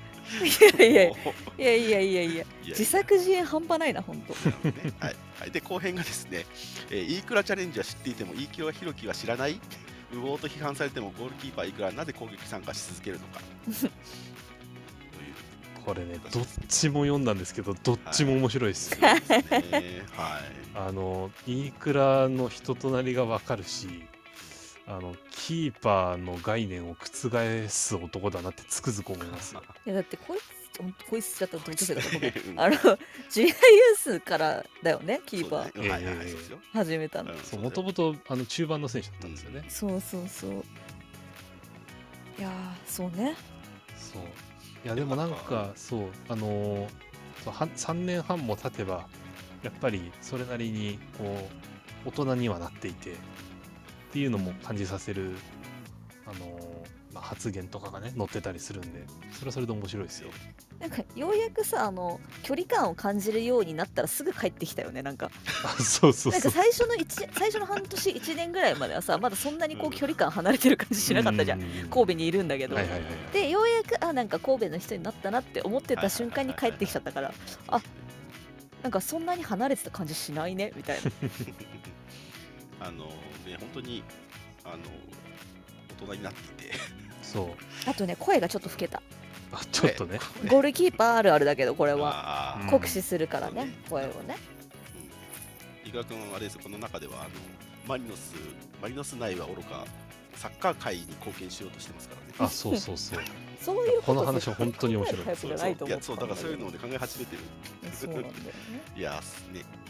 C: いやいやい
B: もう
C: やいやいやいや
B: いやいや
C: 自作自演半端ないな本当
B: ねはいはい、で後編がですね、えー、飯倉チャレンジは知っていても飯倉弘樹は知らない無謀と批判されてもゴールキーパー飯倉はなぜ攻撃参加し続ける のかという
A: これね、どっちも読んだんですけど、どっちも面白いです。
B: そうですねはい
A: あの飯倉の人となりがわかるしあのキーパーの概念を覆す男だなってつくづく思い ますよ
C: いやだってこいつほんとこいつだったら同級生 だと思うけど
B: うん
C: あのジュニアユースからだよねキーパー
B: そうだねはいはいは
A: え
B: い
A: え
B: そうですよ
C: 始めたの、
B: うん
A: そう
B: だ
A: も
B: ね
A: ともとあの中盤の選手だったんですよね、
C: そうそうそういやーそうね
A: そういやでもなんかそうあのーそうは3年半も経てばやっぱりそれなりにこう大人にはなっていてっていうのも感じさせるあのーまあ、発言とかがね載ってたりするんでそれはそれで面白いですよ
C: なんかようやくさあの距離感を感じるようになったらすぐ帰ってきたよねなんか
A: あ そうそう
C: なん
A: そ
C: か
A: う
C: 最初の一最初の半年1年ぐらいまではさまだそんなにこ
B: うん
C: う距離感離れてる感じしなかったじゃん
A: ん
C: 神戸にいるんだけど、
A: はいはいはいはい
C: でようやくあなんか神戸の人になったなって思ってた瞬間に帰ってきちゃったからあなんかそんなに離れてた感じしないねみたい な
B: あのね本当にあの大人になっていて
A: そう
C: あとね声がちょっと老けた
A: あちょっとね
C: ゴールキーパーあるあるだけどこれは
B: は
A: うん
C: 酷使するからね
B: そう
C: 声
B: ね
C: をね
B: 伊賀君はあれですよこの中ではあのマリノスマリノス内はおろかサッカー界に貢献しようとしてますからね
A: あそうそうそう
C: そういうこと
A: この話は本当に面白い
C: 考えるタイプ
B: そ
C: じ
B: うそういや
C: ゃないと思って
B: そうだからそういうのをね考え始めてる
C: そうなんだよね
B: いやね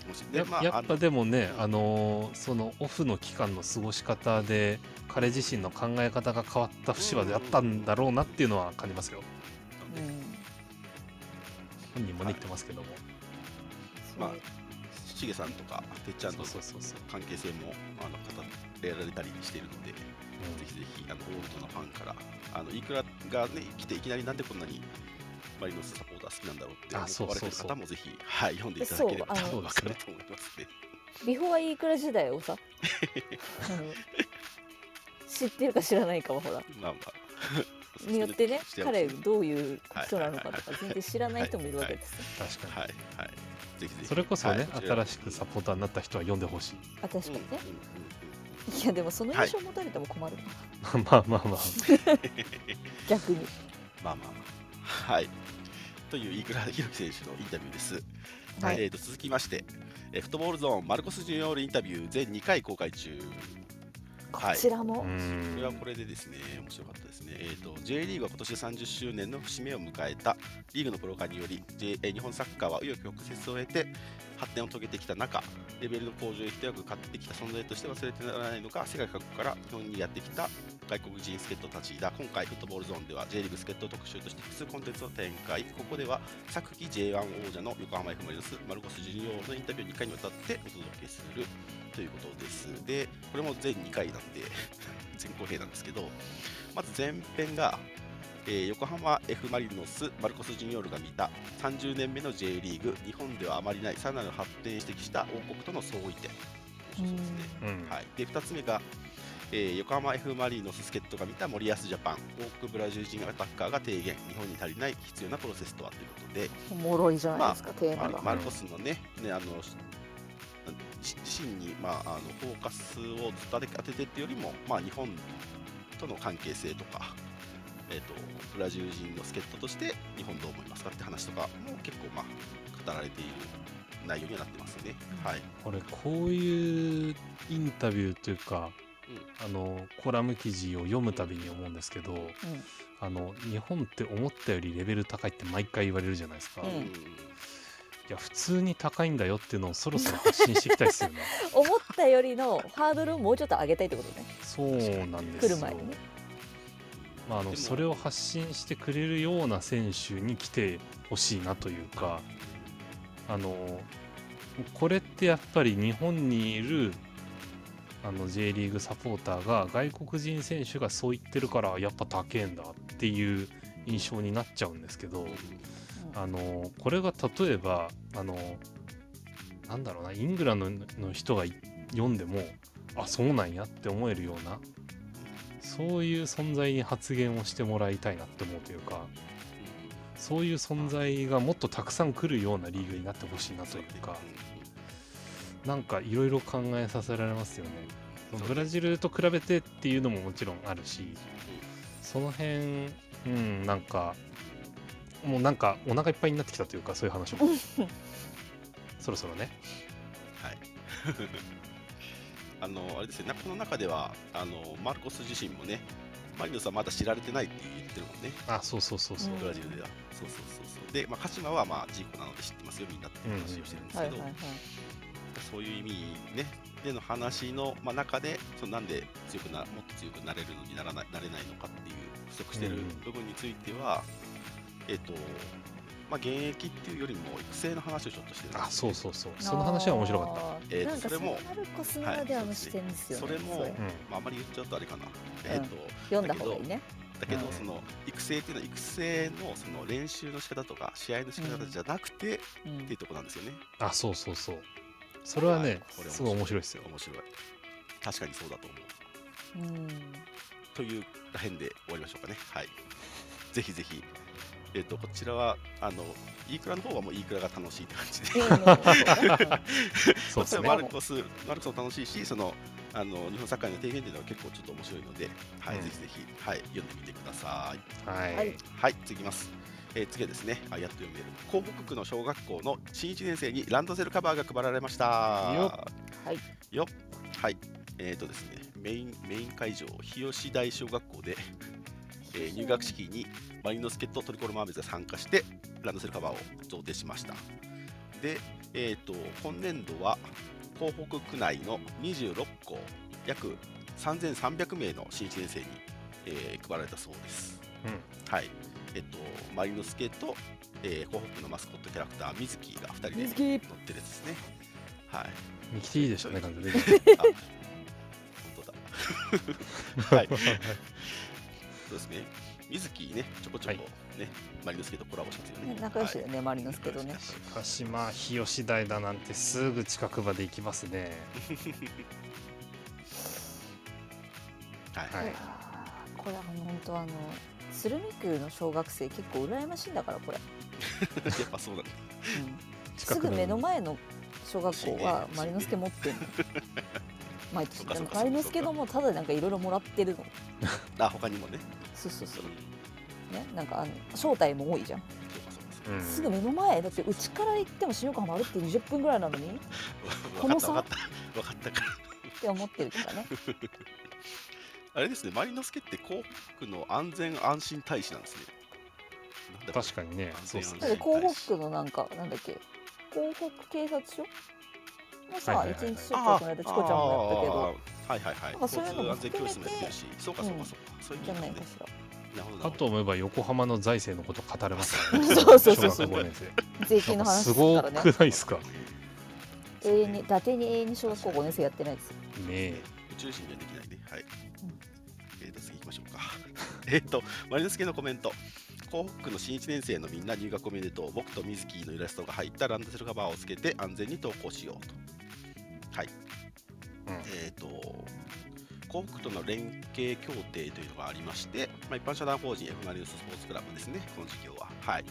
B: もし
A: や
B: でまあ
A: や
B: あ
A: っ
B: の
A: ぱでもね
B: うん
A: あのーそのオフの期間の過ごし方で彼自身の考え方が変わった節はやったんだろうなっていうのは感じますよ
C: うん
A: 本人もね言ってますけども
B: まあしげさんとかてっち
A: そ
B: ゃ
A: うん
B: との
A: そうそうそう
B: 関係性もあの語られたりしているのでぜひぜひあのオールドのファンからあのいくらがね来ていきなりなんでこんなにマリノスサポーター好きなんだろうって
A: あそ
B: 思
A: う
B: われ
A: そう
B: てる
A: そう
B: 方もぜひはい読んでいただければ
C: そうあ
B: 多
A: の
B: 分わかると思いますね。
C: ビフォアイークラ時代を さあの知ってるか知らないかはほら
B: まあま あ
C: によってね
B: してほしい
C: 彼どういう人なのかとか全然知らない人もいるわけですよ
A: 確かに
B: はいはいぜひぜひ
A: それこそね
B: はい
A: 新しくサポーターになった人は読んでほしい
C: あ確
B: う
C: か
B: んう
C: に
B: んう
C: ね
B: んうん
C: いやでもその印象持たれても困るな
A: まあまあまあ まあ
C: 逆に
B: まあまあまあはいという飯倉弘樹選手のインタビューです。
C: は
B: え
C: い
B: ー、と続きまして、えーフットボールゾーンマルコス・ジュニオールインタビュー全2回公開中。
C: こ
B: はい
C: ちらも
A: う
B: これは
A: ん
B: これでですね、面白かったですね。えー、と J リーグは今年で30周年の節目を迎えたリーグのプロ化により、J えー日本サッカーは紆余曲折を経て発展を遂げてきた中、レベルの向上へ一役買ってきた存在として忘れてならないのが、世界各国から日本にやってきた外国人助っ人たちだ。今回、フットボールゾーンでは J リーグ助っ人特集として複数コンテンツを展開。ここでは昨季 J1 王者の横浜 F ・マリノス、マルコス・ジュニオールのインタビューを2回にわたってお届けするということです。で、これも全2回なんで、 全公平なんですけど、まず前編が、えー横浜 F ・マリノス、マルコス・ジュニオールが見た30年目の J リーグ、日本ではあまりないさらなる発展を指摘した王国との相違点。そうですね。
A: うん
B: はい、で2つ目が、えー横浜 F ・マリノス助っ人が見た森保ジャパン、多くブラジル人アタッカーが提言、日本に足りない必要なプロセスとはということで、
C: おもろいじゃないですかテー
B: マ
C: マ
B: ル
C: が
B: マルコスのね、ねあのしし自身に、まあ、あのフォーカスをずっと当ててっていうよりも、まあ、日本との関係性とか、えーと、ブラジル人の助っ人として日本どう思いますかって話とかも結構、まあ、語られている内容にはなってますね。はい、
A: これこういうインタビューというかあのコラム記事を読むたびに思うんですけど、あの日本って思ったよりレベル高いって毎回言われるじゃないですか、
C: うん
A: い
B: うん
A: や普通に高いんだよっていうのをそろそろ発信していきたいですよね
C: 思ったよりのハードルをもうちょっと上げたいってことね
A: そうなんですよ
C: 来る前にね
A: まあ、あの
B: でも
A: それを発信してくれるような選手に来てほしいなというかあのこれってやっぱり日本にいるあの J リーグサポーターが外国人選手がそう言ってるからやっぱ高えんだっていう印象になっちゃうんですけどあのこれが例えばあのなんだろうなイングランドの人が読んでもあそうなんやって思えるようなそういう存在に発言をしてもらいたいなって思うというかそういう存在がもっとたくさん来るようなリーグになってほしいなというかなんかいろいろ考えさせられますよね
B: そうね
A: ブラジルと比べてっていうのももちろんあるしその辺うんなんかもうなんかお腹いっぱいになってきたというかそういう話もそろそろね
B: はい。 あのあれですよね。この中ではあのマルコス自身もね、マリノスはまだ知られてないって言ってるもんね。
A: あそうそうそうそう、
C: うん
B: ブラジルでは。そうそうそうそう。で、まあ鹿島はまあジーコなので知ってますよみんなっていう話をしてるんです
C: は
B: けど
C: いはいは、い
B: そういう意味ね。での話の、まあ、中でそのなんで強くなもっと強くなれるのにならななれないのかっていう不足してる
A: うん
B: 部分については、えっ、と、まあ、現役っていうよりも育成の話をちょっとしてるんですよ
A: あそうそうそうその話は面白かった
C: った
B: えーと
C: なん
B: そ
C: か
B: れ
C: それ
B: も
C: マルコスならではの視点ですよね、
B: それも、
C: う
A: うん
B: まあ、あまり言っちゃうとあれかな、えっと
C: 読んだ方がいいね
B: だけど
A: うん
B: その育成っていうのは育成のその練習の仕方とか試合の仕方じゃなくてっていうとこなんですよね。
A: あそうそうそうそれはね、
B: はいこれ
A: すごい面白いですよ
B: 面白い。確かにそうだと思う。
C: うん、うん
B: というらへんで終わりましょうかね。はい。ぜひぜひ。えっ、とこちらはあのイークラの方はもうイークラが楽しいって感じで。
C: いい ねそ
A: そ
C: うね
A: うです
B: マ
A: ね
B: ルコス、マルコスも楽しいし、そのあの日本サッカーの提言っていうのは結構ちょっと面白いので、はい、
A: うん
B: ぜひぜひはい読んでみてください。
A: はい、
C: はい
B: はい、次いきます。えー次はですね、あやっと読める広北区の小学校の新1年生にランドセルカバーが配られました。
A: よ
C: はい
B: い。よっはい。えっ、とですね、メインメイン会場日吉大小学校で、えー入学式にマリノスケとトリコロマーメズが参加してランドセルカバーを贈呈しました。で、えっ、と今年度は広北区内の26校約3300名の新1年生に、えー配られたそうです。
A: う
B: はい、えっと、マリノスケと、えー、広北のマスコットキャラクター、水木が2人で乗
C: 水
B: ってる
C: 木
B: やつですね。 はい、
A: ん、ミキティでしたね完全に
B: あ本当 だ。はい、そうですね。水木ね、ちょこちょこね、マリノスケとコラボしてますよ
C: ね
B: ね。
C: 仲良しだよ
B: はい
C: ね、マリノスケとね
B: 仲良し
A: しかしまあ日吉台だなんてすぐ近くまで行きますね
B: はい、
A: はい
C: これは本当あの鶴見区の小学生結構羨ましいんだからこれ、
B: やっぱそうなんだ。
C: うん
A: 近
C: す
A: く
C: ぐ目の前の小学校は
B: 欲しいね
C: マリノスケ持っ てるの毎年
B: そうかそうか
C: マリノスケのもうただでなんかいろいろもらってるの
B: あ、他にもね。
C: そうそう
B: そ
C: そううねなんかあの招待も多いじゃん、
B: そうかそうかそう
A: う
B: か
A: ん
C: すぐ目の前だってうちから行っても新横浜歩って20分ぐらいなのにっこ
B: わか
C: の
B: った
C: 差
B: わかった。わかったから。
C: て思ってるか らね
B: あれですね、マリノスケって広北の安全安心大使なんですね。なんだこれ
A: 確かにねそうです
C: だ
A: ね
C: って広北区のなんかなんだっけ広北警察署もさ、
A: はいはいはい
C: 一日署長この間チコちゃんもやったけど
B: はいはいはい
C: なんかそういうの
B: 交
C: も
B: 通安全教室もやってるしそうかそうかそうか、そういう意
C: じゃ
B: 味
C: な
B: だ
C: い
B: ね
C: かし
B: なるほ
A: か
B: ど
A: と思えば横浜の財政のこと語れますから
C: そうそうそう
A: 小学校五年生
C: ら税金の話
A: す
C: です
A: ご
C: か
A: くな
C: らね
A: いですかね
C: 永遠に伊達に永遠に小学校5年生やってないですよ
A: え
B: 宇宙人にはできないねはい、
C: うん
B: えーと次行きましょうか えっとマリノスケのコメント広北区の新1年生のみんな入学おめでとう僕と水木のイラストが入ったランドセルカバーをつけて安全に登校しようとはい
A: うん
B: えー、と幸福との連携協定というのがありまして、まあ、一般社団法人 F ・マリノススポーツクラブですね、この事業は。はい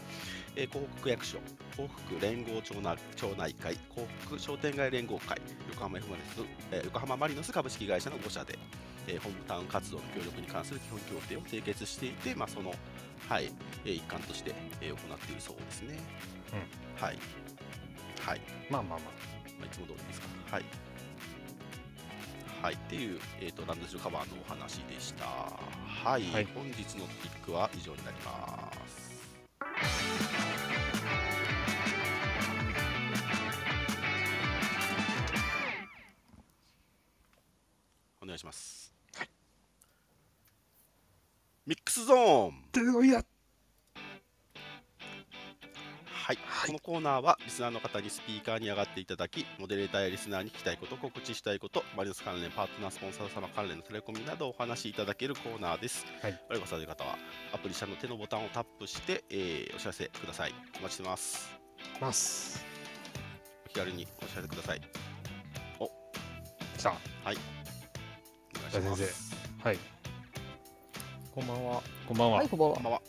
B: えー、幸福区役所、幸福連合町内町内会、幸福商店街連合会、横浜 F ・マリノス、えー横浜マリノス株式会社の5社で、えーホームタウン活動の協力に関する基本協定を締結していて、まあ、その、はいえー一環として、えー行っているそうですね。はい、はい
A: まあまあま
B: まあ、いつも通りですか。はい。はい、っていう、えー、とランドセルカバーのお話でした。はい、
A: はい
B: 本日のピックは以上になります。お願いします。ミックスゾーン
A: 手のいや
B: はい、
A: はい
B: このコーナーはリスナーの方にスピーカーに上がっていただきモデレーターやリスナーに聞きたいこと告知したいことマリノス関連パートナースポンサー様関連の触れ込みなどお話しいただけるコーナーです、
A: はい、
B: 悪いごされる方はアプリ社の手のボタンをタップして、えーお知らせくださいお待ちしてます
A: ます
B: お気軽にお知らせください
A: さあ
B: お願いします
A: じゃあはい
D: こんばんは、
A: こんばんは
C: はい、こんばん
B: こん
C: は。
B: ばんは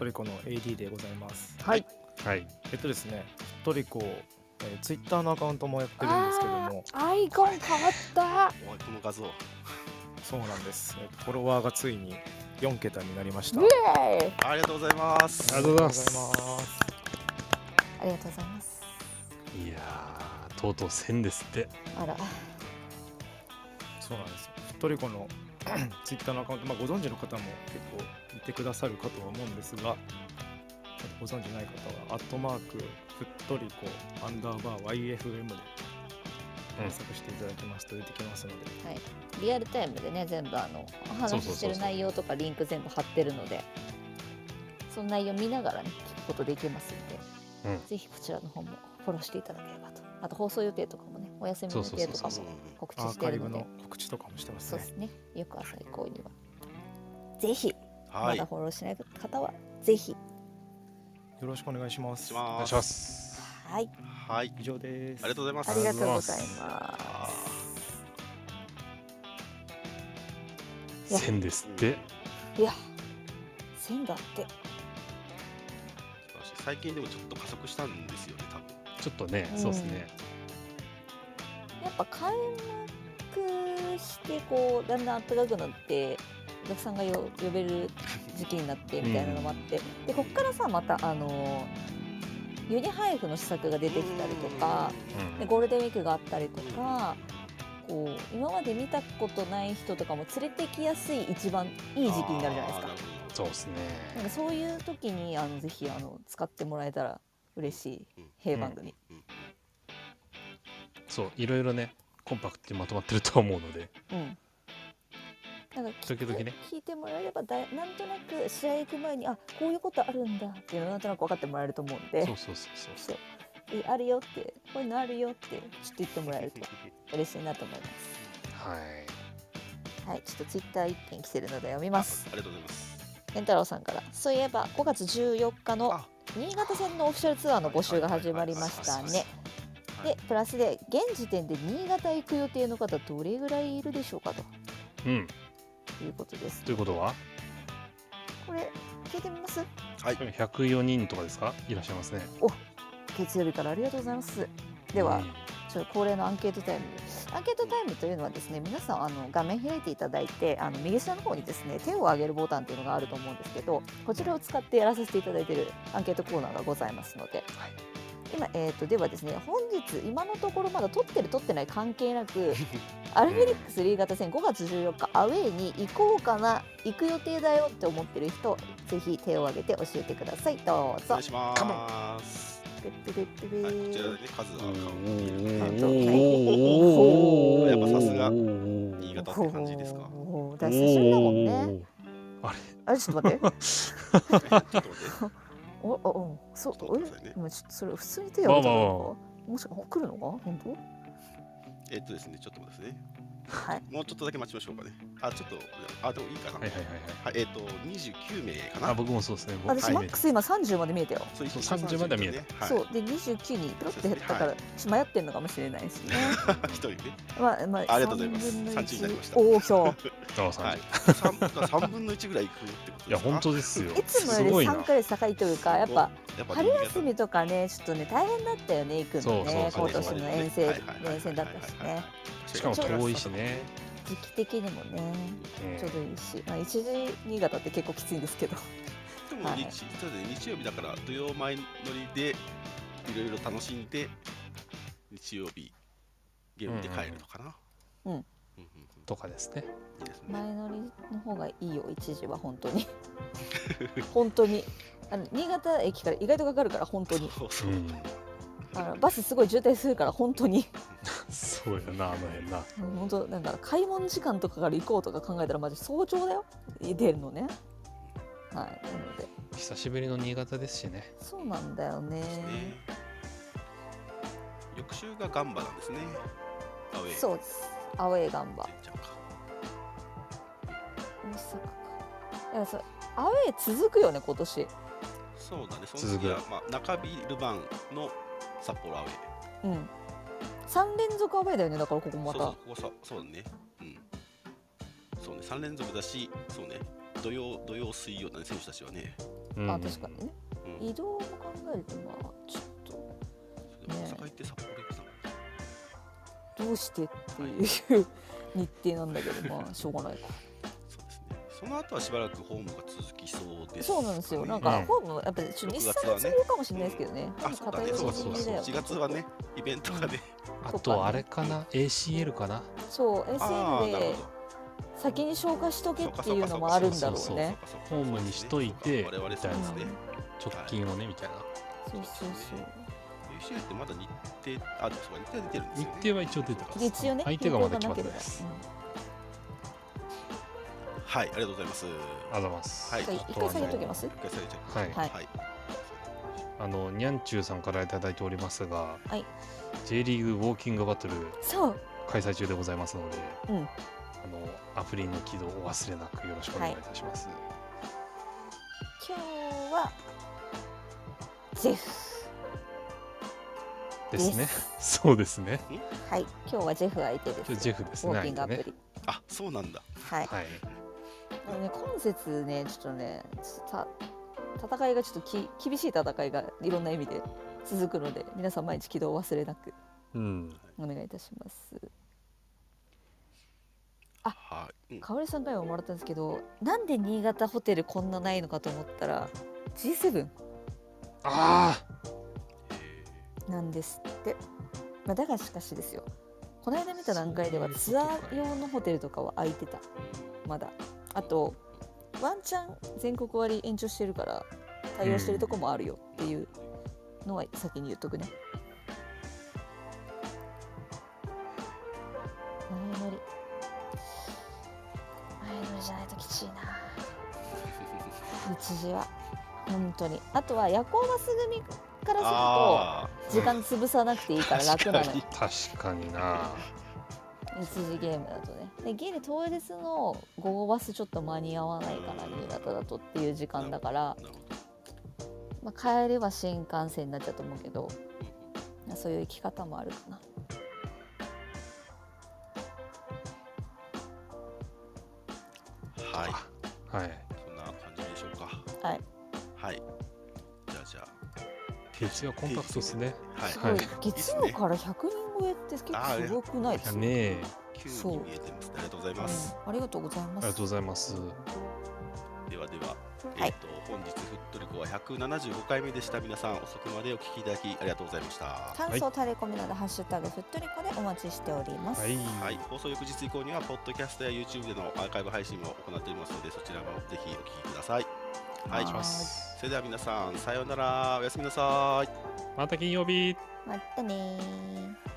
D: トリコの AD でございます。
C: はい。
A: はい
D: えっとですね、トリコ、えー、ツイッターのアカウントもやってるんですけども、
C: あーアイコン変わった。
B: おいこの画像
D: そうなんです。えーフォロワーがついに4桁になりました。
C: イエーイ
B: ありがとうございます
A: ありがとうございます
D: ありがとうございます
C: ありがとうございます。
A: いやーとうとう1000ですって
C: あら、
D: そうなんですよ。トリコの ツイッターのアカウント、まあ、ご存知の方も結構いてくださるかとは思うんですが、ご存知ない方は、アットマーク、ふっとりこ、アンダーバー YFM で検索していただきますと出てきますので、
C: リアルタイムでね、全部あの、お
A: そう
C: 話
A: そうそうそう
C: ししてる内容とかリンク全部貼ってるので、その内容見ながらね、聞くことできますので、
A: うん
C: ぜひこちらの方もフォローしていただければと。あと放送予定とかもね、お休みの予定とか
A: そう
C: も
A: そう
C: 告知
D: ア
C: し
D: ーカ
C: てる
D: イブ
C: ので
D: の、告知とかもしてます
C: そう
D: ね
C: で。すね、よく朝以降には。ぜひ、
B: は
C: ま
B: い
C: だフォローしない方は、ぜひ。
D: よろしくお願いします。
B: し
A: お
B: ま
A: 願い
B: す
A: します
C: はい、
B: はい
D: 以上です。
B: ありがとうございます
C: ありがとうございます。いや
A: 1000ですって
C: いや、線だって。
B: 素晴らしい最近でもちょっと加速したんですよね多分
A: ちょっとね、
C: うん
A: そうですね
C: やっぱ開幕してこうだんだん暖かくなってお客さんがよ呼べる時期になってみたいなのもあって、でこっからさまたあのユニ配布の施策が出てきたりとか、
A: うん
C: でゴールデンウィークがあったりとかこう今まで見たことない人とかも連れてきやすい一番いい時期になるじゃないで
B: あ
C: すか
B: ー。るほど
A: そうですね
C: なんかそういう時にあのぜひあの使ってもらえたら嬉しい平番組、
B: うんうん
A: そういろいろねコンパクトにまとまってるとは思うので
C: うん、なんか聞
A: 時々ね
C: 聞いてもらえればだいなんとなく試合行く前にあこういうことあるんだっていうのなんとなく分かってもらえると思うんで
A: そうそうそうそう
C: そうえあるよってこういうのあるよってちょっと言ってもらえると嬉しいなと思いま
A: はい
C: すはいちょっとツイッター一件来てるので読みます
B: ありがとうございます。
C: 健太郎さんからそういえば5月14日の
B: あ
C: 新潟戦のオフィシャルツアーの募集が始まりましたねでプラスで現時点で新潟行く予定の方どれぐらいいるでしょうかと
A: うん
C: いうことです
A: ということは
C: これ聞いてみます
A: 104人とかですかいらっしゃいますね
C: 月曜日からありがとうございますでは、
A: うん
C: ちょっと恒例のアンケートタイムアンケートタイムというのはですね皆さんあの画面開いていただいてあの右下の方にですね手を上げるボタンというのがあると思うんですけどこちらを使ってやらさせていただいているアンケートコーナーがございますので、
A: はい
C: 今、えー、とではですね本日今のところまだ取ってる取ってない関係 なくアルフェニックス新潟戦5月14日アウェイに行こうかな行く予定だよって思ってる人ぜひ手を挙げて教えてくださいどう
B: お願
C: ぞ
B: い。します。
C: ペッペペッペペ
B: はい、こちらでね、数は
C: 本
B: 変
C: 当
B: わ
C: はい
B: おーやっぱさすが新潟って感じですか。
C: おーだから久しぶりだもんね。あれちょっと待って。
B: ちょっと待って、
C: おおおそう
B: ちょっと
C: お
B: 待っ
C: え
B: てくださいね
C: 今ちょっとそれ普通に手を挙げた
A: まあまあ
C: のか。もしか来るのか本当？
B: えっとですね、ちょっと待ってですね。
C: はい。
B: もうちょっとだけ待ちましょうかね。あ、ちょっと、あ、でもいいかな。
A: は
B: はい
A: はい
B: い、
A: はいはい
B: えっと、二十九名か
A: あ
B: な。
A: 僕もそうですね僕
C: 私
A: 初
C: マ
A: め
C: ッ
A: て
C: クス今三十まで見えたよ。
B: そう、
A: そう30までは見え
B: た。はい
C: そうで二十九にペロって減ったか
B: は
C: らちょっと迷ってんのかもしれないし ね。
B: 一人ね。
C: まあまあ
B: ありがとうございます
C: 3分の
B: 三
C: 一
B: 十になりました
C: おお今
A: あ30
B: はい
A: い、
B: 三、三分の一ぐらい行くってことですか。
A: や本当ですよ
C: 日いつも
A: す
C: よ
A: ご
C: り
A: いな
C: 三ヶ月高いというかやっぱ。
B: やっぱ
C: 春休みとかねちょっとね大変だったよね行くのね
A: そうそうそう
C: 今年の遠征
B: はいはいはいはい
C: 遠征だったしね。
A: しかも遠いしね。
C: 時期的にもね
A: え
C: ちょうどいいし、まあ、一時新潟って結構きついんですけど
B: でも日,、
C: はい
B: そうですね日曜日だから土曜前乗りでいろいろ楽しんで日曜日ゲームで帰るのかな、
C: うん
B: うんうんうん
A: とかですね。
B: いいですね。
C: 前乗りの方がいいよ一時は本当に 本当にあの新潟駅から意外とかかるから本当に
B: そうそう。
A: うん
C: あのバスすごい渋滞するから本当に
A: そうやな、あの辺な。
C: もう本当なんか買い物時間とかから行こうとか考えたらマジ早朝だよ出るのねはいなので
A: 久しぶりの新潟ですしね。
C: そうなんだよね
B: ね翌週がガンバなんですね。アウェイ。
C: そうですアウェーガンバ
B: 全ちゃんか。
C: 大阪かいやそうアウェー続くよね今年
B: そうだね。その
A: 続く
B: 次は、まあ、中日ルヴァンの札幌アウェイ。
C: うん3連続アウェーだよねだからここま
B: そう
C: た
B: そう、ここさ、そうだね。うん。そうね、三連続だし、そうね。土曜、土曜、水曜だね、選手たちはね。
A: うん
C: あ確かにね
B: うん。
C: 移動も考えるとまあちょっと
B: 大
C: ね
B: 阪行って札幌行くさ。
C: どうしてっていう 日程なんだけどまあしょうがないか
B: そうですね。その後はしばらくホームが続きそうです、
C: そうなんですよなん
A: う
C: か
A: ん
C: ホームやっぱりちょっと日産が強いかもしれないですけどね
B: あ、そうだね。
C: 偏り
B: そう
C: の
B: だそう
C: 心
B: だそう
C: 理だ
B: だ。
C: よ
B: 4月はね、イベントがね。
A: あとあれかな ACL かな
C: そ
B: あ
C: う
B: あ、
C: SL
B: なるほ
C: で
B: ど。
C: 先に消化しとけっていうのもあるんだろうね
A: ホームにしといて
B: 我々そうですね
C: み
A: 直近をねみたいな
C: そうそうそう
B: UCL ってまだ日程あそうか日程は出てるんです
A: 日
B: よ
A: 程
B: ね
A: は一応出てます
C: 一応ね
A: 相手がまだ決まってないで
C: 日
A: す
C: 程
A: あ
C: がなければ
B: はいありがとうございます
A: りがとうございます
B: はい
C: うん一回一回下げときます
B: 一回下げちゃ
A: はい
C: はい
B: はい
A: あのにゃんちゅうさんからいただいておりますが、
C: はい
A: J リーグウォーキングバトル
C: そう
A: 開催中でございますので、
C: うん
A: あのアプリの起動をお忘れなくよろしくお願いいたします、
C: 今日はジェフ
A: ですね そうですね
C: はい今日はジェフ相手です
A: ジェフです
C: ウ
A: ね
C: ォーキングア
A: 相手
C: プ
A: ね
C: リ
B: あそうなんだ
C: はい
A: はい
C: あのね、今節ねちょっとねちょっとた戦いがちょっとき厳しい戦いがいろんな意味で続くので皆さん毎日起動を忘れなく
A: うん
C: お願いいたします
B: はいうん
C: かおりさんからももらったんですけどなんで新潟ホテルこんなないのかと思ったら G7
A: あ
B: え
C: なんですって、まあ、だがしかしですよこの間見た段階では
A: そう
C: ツ
A: いう
C: ア
A: ことか
C: ー用のホテルとかは空いてたまだあとワンチャン全国割延長してるから対応してるとこもあるよっていうのは先に言っとくね。前乗り前乗りじゃないときちいな日時は本当にあとは夜行バス組から
B: あ
C: すると時間潰さなくていいから楽なの
B: 確かに
C: よ
A: あ確かにな
C: 1時ゲームだとねでギリ当日の午後バスちょっと間に合わないから
B: うん
C: 新潟だとっていう時間だから
B: ー、なるほ
C: まあ、帰りは新幹線になっちゃうと思うけ
B: ど
C: どまあそういう生き方もあるかな
B: うんはい
A: はい
B: そんな感じでしょうか
C: はい
B: はいじゃあじゃ
A: 徹夜コンパクトですね
B: あはい
C: すごい、
A: はい
C: 月曜から100人超えって結構すごくないで
A: い
C: す
A: や
C: か、
A: ねえ
B: 急
C: そう
B: に見えてますねありがとうござい
C: うん
B: ます
C: ありがとうござい
A: あり
C: ま
A: がとう
C: す
A: ございます
B: ではでは、
C: は
B: え
C: い
B: っと本日ふっとりこは175回目でした皆さん遅くまでお聞きいただきありがとうございましたは
C: 感想タレコミなどハッシュタグふっとりこでお待ちしております、
A: はい、
B: い、放送翌日以降にはポッドキャストや YouTube でのアーカイブ配信も行っておりますのでそちらもぜひお聞きくださいは
A: お願
B: い
A: いします
B: それでは皆さんさようならおやすみなさい
A: また金曜日
C: またねー